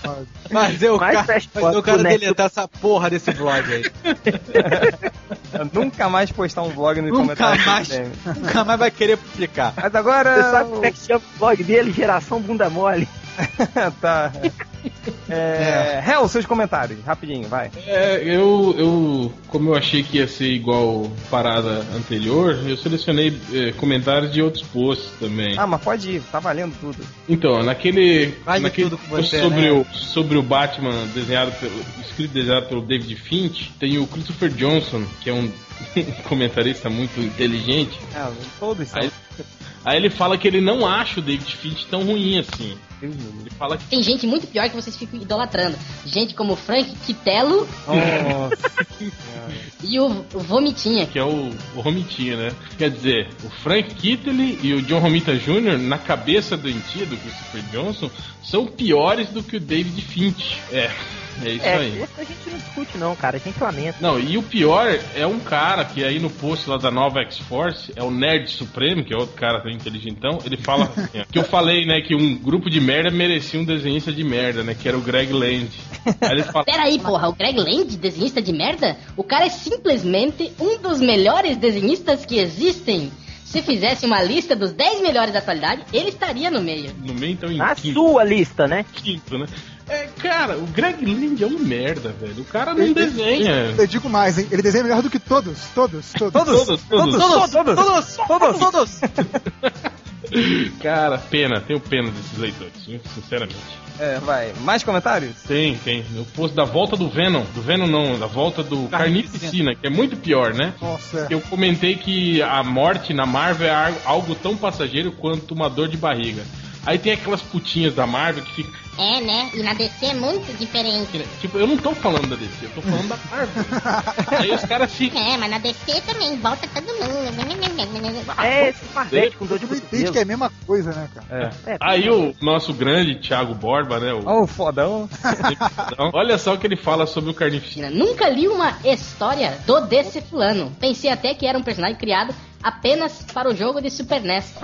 F: Fazer o
E: Mais
F: cara,
E: flash
F: fazer o
E: mob
F: cara
A: é
E: do Neto.
F: deletar essa porra desse blog aí.
A: Eu nunca mais postar um blog no
F: Nunca
A: comentário.
F: mais,
A: Né?
F: nunca mais vai querer publicar.
A: Mas
E: Você
A: agora.
E: sabe como é que chama o blog dele? Geração Bunda Mole.
A: tá. É. Hel, seus comentários, rapidinho, vai.
D: É, eu, eu, como eu achei que ia ser igual parada anterior, eu selecionei eh, comentários de outros posts também.
A: Ah, mas pode ir, tá valendo tudo.
D: Então, naquele,
F: Vale
D: naquele
F: tudo com você,
D: sobre,
F: né?
D: o, sobre o Batman desenhado pelo, escrito e desenhado pelo David Finch, tem o Christopher Johnson, que é um comentarista muito inteligente.
F: É,
A: Ah, todos são.
D: Aí, aí ele fala que ele não acha o David Finch tão ruim assim. Ele fala que
M: Tem gente muito pior que vocês ficam idolatrando. Gente como Frank Quitelo
A: Nossa.
M: e o o Vomitinha.
D: que é o, o Romitinha, né? Quer dizer, o Frank Kittley e o John Romita Jr., na cabeça doentia do Christopher Johnson, são piores do que o David Finch. É, é isso
E: É,
D: aí.
E: isso a gente não discute não, cara. A gente lamenta.
D: Não, e o pior é um cara que aí no post lá da nova X-Force, é o Nerd Supremo, que é outro cara também inteligentão, ele fala assim, ó, que eu falei, né, que um grupo de merda merecia um desenhista de merda, né, que era o Greg Land. Aí ele fala,
M: Pera aí, porra, o Greg Land, desenhista de merda? O cara é simplesmente um dos melhores desenhistas que existem. Se fizesse uma lista dos 10 melhores da atualidade, ele estaria no meio.
D: no meio então em
E: Na
D: quinto,
E: sua lista, né?
D: quinto, né. É, cara, o Greg Land é um merda, velho. O cara não desenha.
C: Eu digo mais, hein? Ele desenha melhor do que todos, todos, todos.
D: Todos, todos,
A: Todos, todos,
F: Todos,
A: todos,
F: todos.
C: Tipo,
D: Cara, pena, tenho pena desses leitores, viu? sinceramente.
A: É, vai. Mais comentários?
D: Tem, tem. No post da volta do Venom. Do Venom não, da volta do
A: Ah,
F: Carnificina.
D: Carnificina, que é muito pior, né?
C: Nossa, é.
D: Eu comentei que a morte na Marvel é ar- algo tão passageiro quanto uma dor de barriga. Aí tem aquelas putinhas da Marvel que fica.
M: É, né? E na DC é muito diferente.
D: Tipo, eu não tô falando da DC, eu tô falando da Marvel. Aí os caras ficam.
M: É, mas na DC também, volta todo mundo.
E: É esse farvete com dor de
C: Tu entende que
E: cotovelo.
C: é a mesma coisa, né, cara?
E: É,
D: Aí o nosso grande Thiago Borba, né? O...
A: Ó, o fodão.
D: Olha só o que ele fala sobre o Carnificina.
M: Argentina. Nunca li uma história do desse fulano. Pensei até que era um personagem criado apenas para o jogo de Super NES.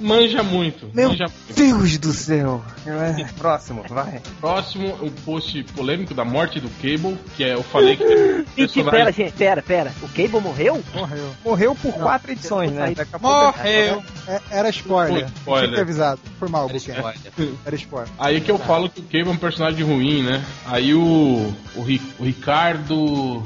D: Manja muito.
A: Meu
D: Manja muito.
A: Deus do céu. É, Próximo, vai.
D: Próximo, o post polêmico da morte do Cable, que é eu falei que o
E: Gente,
D: personagem-
E: pera, gente, pera, pera. O Cable morreu?
C: Morreu.
A: Morreu por quatro edições, né? Daqui a pouco.
F: Morreu.
C: É- era spoiler.
D: Foi spoiler.
C: Tinha que ter avisado. Foi mal,
F: Era
C: Buquerque.
F: spoiler.
C: Era spoiler.
D: Aí que eu falo que o Cable é um personagem ruim, né? Aí o, o, Ri- o Ricardo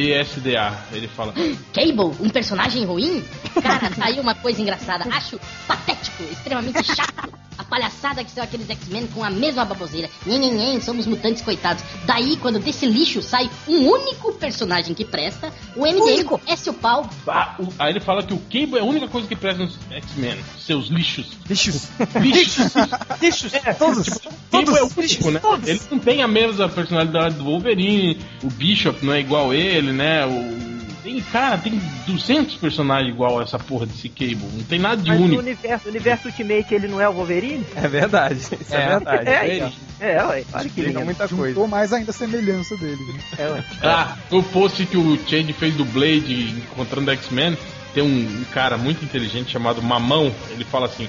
D: LBSDA, ele fala.
M: Cable, um personagem ruim? Cara, saiu uma coisa engraçada. Acho patético, extremamente chato. A palhaçada que são aqueles X-Men com a mesma baboseira. Nhenhenhen, somos mutantes coitados. Daí, quando desse lixo sai um único personagem que presta, o MDM é seu pau.
D: "Ah, o-" Aí ele fala que o Cable é a única coisa que presta nos X-Men, seus lixos.
A: Lixos.
D: Lixos! lixos!
A: Todos.
D: Cable
A: Todos
D: é o
A: os
D: único,
A: bichos,
D: né?
A: todos.
D: Ele não tem a mesma personalidade do Wolverine, o Bishop não é igual ele, né? O... Tem, cara, tem 200 personagens igual a essa porra desse Cable. Não tem nada de
E: Mas o
D: único.
E: universo, o universo Ultimate, ele não é o Wolverine?
A: É verdade. Isso é,
F: É.
A: verdade.
E: É, aí,
D: então.
E: ó. é, ué. Olha que
A: Explica
E: lindo.
A: muita coisa.
C: Juntou mais ainda a semelhança dele. né?
E: É, ué.
D: Ah, no post que o Change fez do Blade encontrando X-Men, tem um cara muito inteligente chamado Mamão. Ele fala assim: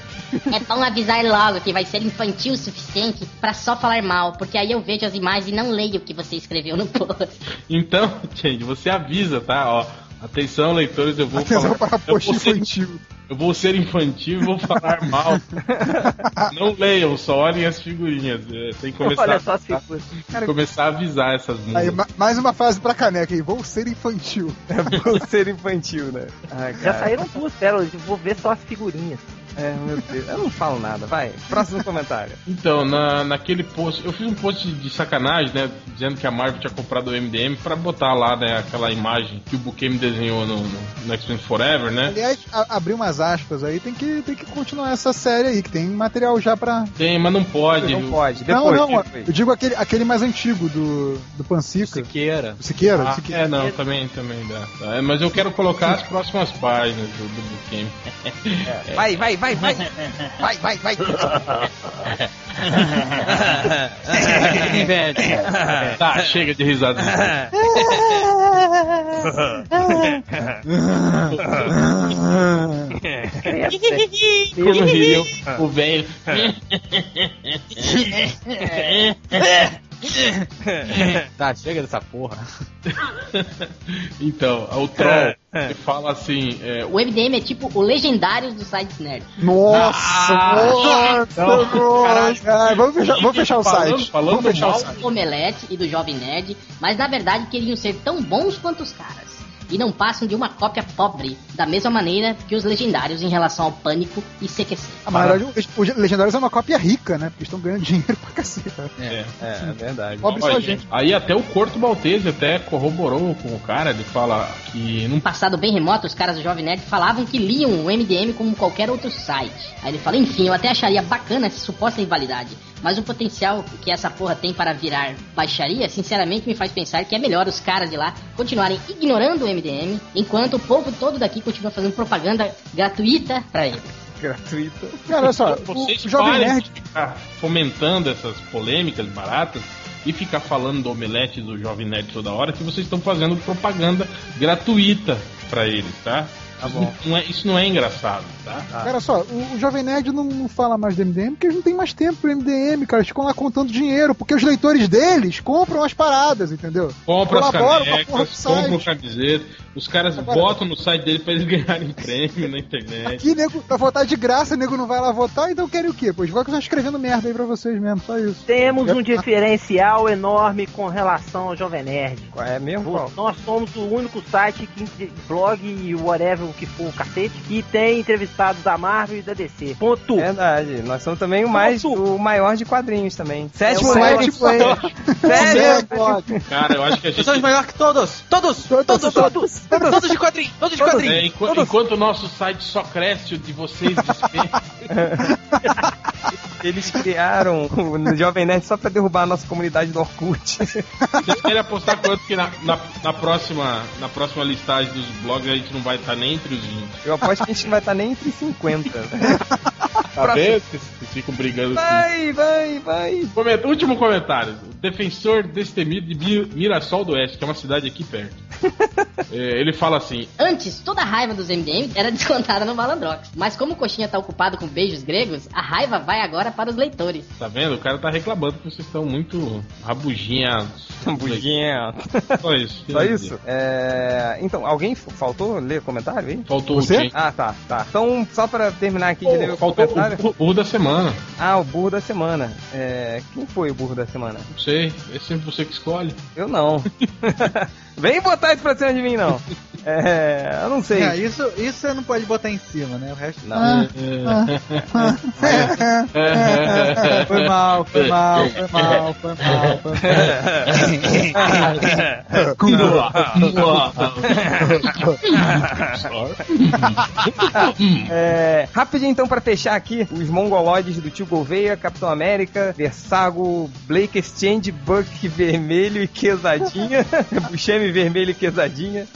M: É bom avisar logo que vai ser infantil o suficiente pra só falar mal, porque aí eu vejo as imagens e não leio o que você escreveu no post.
D: Então, Change, você avisa, tá? Ó, atenção, leitores, eu vou
C: Atenção
D: falar.
C: para a
D: eu,
C: post
D: vou ser,
C: infantil.
D: Eu vou ser infantil e vou falar mal. Não leiam, só olhem as figurinhas. É, Tem que começar,
C: Olha
D: a, avisar,
C: Cara,
D: começar a avisar essas músicas.
C: Aí, ma- mais uma frase pra caneca aí. Vou ser infantil.
A: É, Vou ser infantil, né?
E: Já saíram duas pérolas, eu vou ver só as figurinhas.
A: É, meu Deus. Eu não falo nada, vai. Próximo comentário.
D: Então, na, naquele post, eu fiz um post de sacanagem, né? Dizendo que a Marvel tinha comprado o MDM pra botar lá, né? Aquela imagem que o Bukem desenhou no, no, no X-Men Forever, né?
C: Aliás, a, abrir umas aspas aí, tem que, tem que continuar essa série aí, que tem material já pra.
D: Tem, mas não pode.
C: Não tipo
A: pode,
C: não, não, eu digo aquele, aquele mais antigo do, do Pancica.
F: Siqueira.
C: Siqueira?
D: Ah,
C: Siqueira.
D: é, não, também, também dá. Tá, é, Mas eu quero colocar as próximas páginas do, do É. Bukem.
A: É,
N: Vai, vai, vai, vai. Vai, vai, vai.
D: tá, chega de risada. Como riu o velho.
F: tá, chega dessa porra.
D: Então, o Troll ele fala assim. é,
M: O MDM é tipo o legendário do Sites Nerd.
C: Nossa,
M: Ah,
C: nossa, nossa. Ai, vamos fechar, vamos fechar o
D: Falando-
C: site.
D: falando
C: vamos fechar
D: mal,
C: o site.
M: do Omelete e do Jovem Nerd, mas na verdade queriam ser tão bons quanto os caras. E não passam de uma cópia pobre, da mesma maneira que os legendários em relação ao Pânico e CQC.
C: Ah, mas na verdade, o- o Legendários é uma cópia rica, né? Porque estão ganhando dinheiro pra caceta.
D: É,
A: é verdade.
C: Pobre só a gente.
D: Aí até o Corto Maltese até corroborou com o cara, ele fala que não
M: Um passado bem remoto, os caras do Jovem Nerd falavam que liam o MDM como qualquer outro site. Aí ele fala, enfim, eu até acharia bacana essa suposta rivalidade, mas o potencial que essa porra tem para virar baixaria, sinceramente me faz pensar que é melhor os caras de lá continuarem ignorando o MDM, enquanto o povo todo daqui continua fazendo propaganda gratuita pra ele.
A: Gratuita.
C: Cara, olha só,
D: vocês
C: o Jovem
D: parem
C: Nerd-
D: de ficar fomentando essas polêmicas baratas e ficar falando do omelete do Jovem Nerd toda hora que vocês estão fazendo propaganda gratuita pra eles, tá? isso,
C: bom.
D: Não é, isso não é engraçado, tá?
C: Cara, olha só, o, o Jovem Nerd não, não fala mais do MDM porque eles não têm mais tempo pro MDM, cara. Eles ficam lá contando dinheiro, porque os leitores deles compram as paradas, entendeu?
D: Compra as
C: Colaboram com a porra do
D: canecas,
C: site.
D: compra o camiseta, os caras botam no site dele pra eles ganharem prêmio na internet.
C: Aqui, nego, pra votar de graça, nego não vai lá votar, então querem o quê? Pois vai que eu tô escrevendo merda aí pra vocês mesmo, só isso. tá.
E: Temos um diferencial enorme com relação ao Jovem Nerd.
A: É mesmo?
E: Pô, Nós somos o único site que entre- blog e whatever o que for o cacete que tem entrevistados da Marvel e da DC. Ponto.
A: Verdade. Nós somos também o mais o maior de quadrinhos também.
F: um
A: Sétimo
E: É o
A: maior de
E: sétimo maior.
A: quadrinhos.
D: Cara, eu acho que a gente.
F: Nós somos melhor que todos! Todos! Todos! Todos! Todos, de quadrinho! Todos de quadrinho!
D: É, enqu- enquanto o nosso site só cresce, o de vocês despenca.
A: Eles criaram o Jovem Nerd só pra derrubar a nossa comunidade do Orkut.
D: Vocês querem apostar quanto que na, na, na próxima, na próxima listagem dos blogs a gente não vai estar nem entre os 20?
A: Eu aposto que a gente não vai estar nem entre 50.
D: Tá vendo? Vocês vocês ficam brigando assim.
A: Vai, vai, vai.
D: Comenta- último comentário. Defensor destemido de Mi- Mirassol do Oeste, que é uma cidade aqui perto. É, ele fala assim:
M: Antes, toda a raiva dos MDM era descontada no Malandrox. Mas como o Coxinha tá ocupado com beijos gregos, a raiva vai agora para os leitores.
D: Tá vendo? O cara tá reclamando que vocês estão muito rabuginhados.
A: Rabuginhados.
D: Só isso.
A: Só isso? É, Então, alguém f- faltou ler comentário aí?
D: Faltou o Você? Jay.
A: Ah, tá, tá. Então, só pra terminar aqui de ler o
D: Faltou
A: comentário.
D: o burro da semana.
A: Ah, o burro da semana. É, Quem foi o burro da semana?
D: Não sei, é sempre você que escolhe.
A: Eu não. Vem botar isso pra cima de mim, não. É, eu não sei. Ah,
F: É, isso, isso você não pode botar em cima, né? O resto
A: Não. ah,
F: foi mal, foi mal, foi mal, foi mal, foi mal.
A: É, rapidinho então pra fechar aqui os mongoloides do Tio Gouveia, Capitão América, Versago, Blake Exchange, Buck Vermelho e Quesadinha, Bucheme Vermelho e Quesadinha,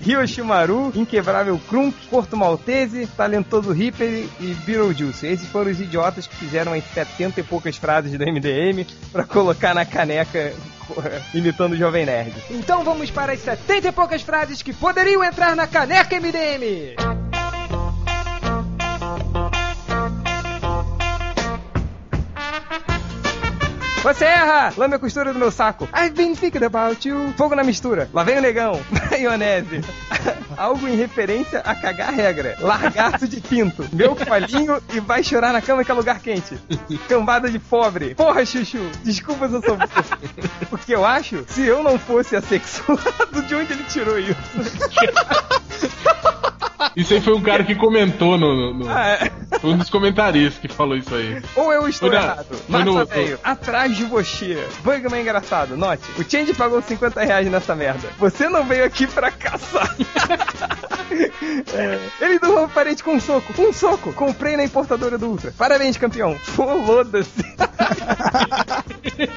A: Ryoshimaru, Inquebrável Krunk, Porto Maltese, Talentoso Reaper e Beetlejuice. Esses foram os idiotas que fizeram as 70 e poucas frases do MDM pra colocar na caneca imitando o Jovem Nerd. Então vamos para as 70 e poucas frases que poderiam entrar na caneca MDM. Você erra! Lame a costura do meu saco. I've been thinking about you. Fogo na mistura. Lá vem o negão. Maionese. Algo em referência a cagar a regra. Largato de pinto. Meu colinho e vai chorar na cama que é lugar quente. Cambada de pobre. Porra, Chuchu. Desculpa se eu sou burro. O que eu acho? Se eu não fosse assexuado, de onde ele tirou isso?
D: Isso aí foi um cara que comentou no. no- no-
A: Ah, é.
D: Foi um dos comentaristas que falou isso aí.
A: Ou eu estou
D: Foi na-
A: errado?
D: foi
A: Massa
D: no-
A: velho, atrás de você. Bugman é engraçado, note. O Change pagou 50 reais nessa merda. Você não veio aqui pra caçar. É. Ele derrubou a parede com um soco. Um soco. Comprei na importadora do Ultra. Parabéns, campeão. Foda-se.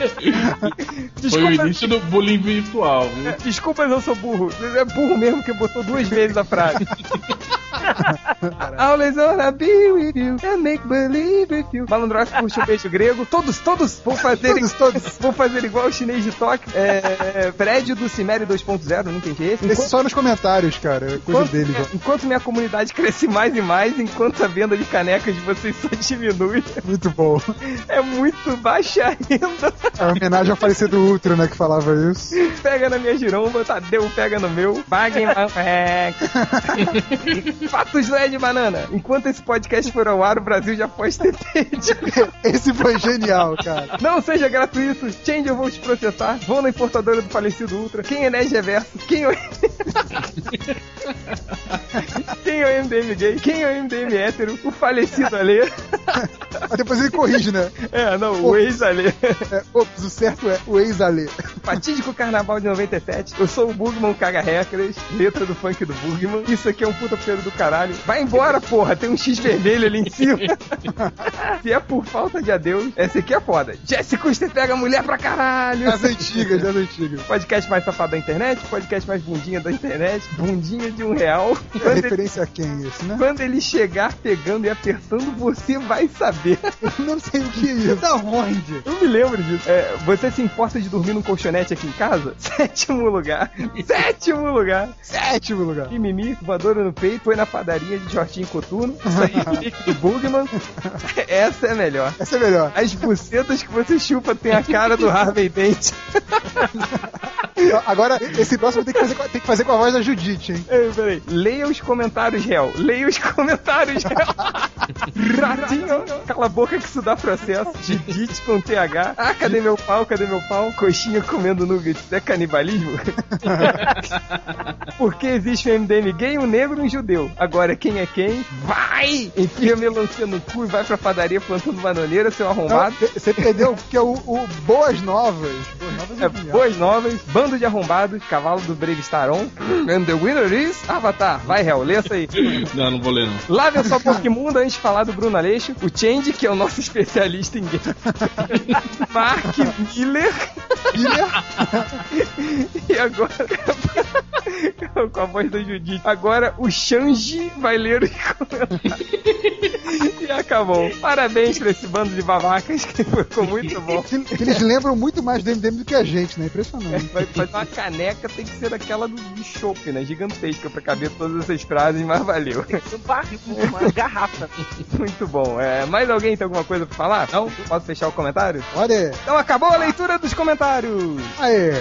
D: Foi o
A: Desculpa,
D: início do bullying virtual.
A: é, desculpa, mas eu sou burro. É burro mesmo que botou duas vezes a frase. Always wanna be with you and make believe with you. Malandrox puxa o beijo grego. Todos, todos vão fazer. todos, todos. Vão fazer igual o chinês de toque. É, é, prédio do Cimeri 2.0, não entendi esse.
C: Esse só nos comentários, cara. é Coisa
A: Enquanto,
C: dele.
A: minha, enquanto minha comunidade cresce mais e mais, enquanto a venda de canecas de vocês só diminui.
C: Muito bom.
A: É muito baixa ainda.
C: É uma homenagem ao falecido Ultra, né, que falava isso.
A: Pega na minha giromba, Tadeu pega no meu. é. Baguem Fatos do Ed Banana. Enquanto esse podcast for ao ar, o Brasil já pode ter perdido.
C: Esse foi genial, cara.
A: Não seja gratuito, change eu vou te processar. Vou na importadora do falecido Ultra. Quem é Nerd Reverso? Quem é o. Quem é o MDM gay? Quem é o MDM hétero? O falecido Alê?
C: Aí depois ele corrige, né?
A: É, não, o ex-Alê.
C: É, ops, o certo é o ex-Ale.
A: Fatídico Carnaval de 97. Eu sou o Bugman Caga Regras, letra do funk do Bugman. Isso aqui é um puta pedo do caralho. Vai embora, porra, tem um X vermelho ali em cima. Se é por falta de adeus, essa aqui é foda. Jesse Custer pega mulher pra caralho.
C: Das antigas, das antigas.
A: Podcast mais safado da internet, podcast mais bundinha da internet, bundinha de um real.
C: É referência a quem isso, né?
A: Quando ele chegar pegando e apertando, você vai saber.
C: Eu não sei o que é isso. Da onde?
A: Eu me lembro disso. É, você se importa de dormir num colchonete aqui em casa? Sétimo lugar. Sétimo lugar.
C: Sétimo lugar.
A: Que mimi, voadora no peito, foi na padaria de Jorginho Cotuno. Isso aí, é pique do Bugman. Essa é melhor.
C: Essa é melhor.
A: As bucetas que você chupa tem a cara do Harvey Dent.
C: Agora, esse próximo tem que fazer, com a- tem que fazer com a voz da Judite, hein?
A: Ei, Peraí, leia os comentários, réu. Leia os comentários, réu. Ratinho, cala a boca que isso dá processo. Didite com TH. Ah, cadê meu pau? Cadê meu pau? Coxinha comendo nuggets. É canibalismo? Por que existe um MDM gay, um negro e um judeu? Agora, quem é quem? Vai! Enfia melancia no cu e vai pra padaria plantando bananeira, seu
C: Não,
A: arrombado.
C: Você perdeu, porque o, o Boas Novas. Boas Novas
A: É, boas novas, bando de arrombados, cavalo do Brave Staron. And the winner is Avatar. Vai, réu, lê essa aí.
D: Não, não vou ler não.
A: Lave a sua porquimunda antes de falar do Bruno Aleixo, o Change, que é o nosso especialista em game. Mark Miller. e agora. com a voz da Judite. Agora o Xanji vai ler os comentários. E acabou. Parabéns pra esse bando de babacas que ficou muito bom.
C: Que, que eles lembram muito mais do MDM do que a gente, né? Impressionante.
A: Vai fazer uma caneca, tem que ser daquela do, do chopp, né? Gigantesca pra caber todas essas frases, mas valeu.
E: Um barril, uma garrafa.
A: Muito bom. É, mais alguém tem alguma coisa pra falar? Não? Posso fechar o comentário?
C: Olha,
A: Então acabou a leitura dos comentários.
C: aí.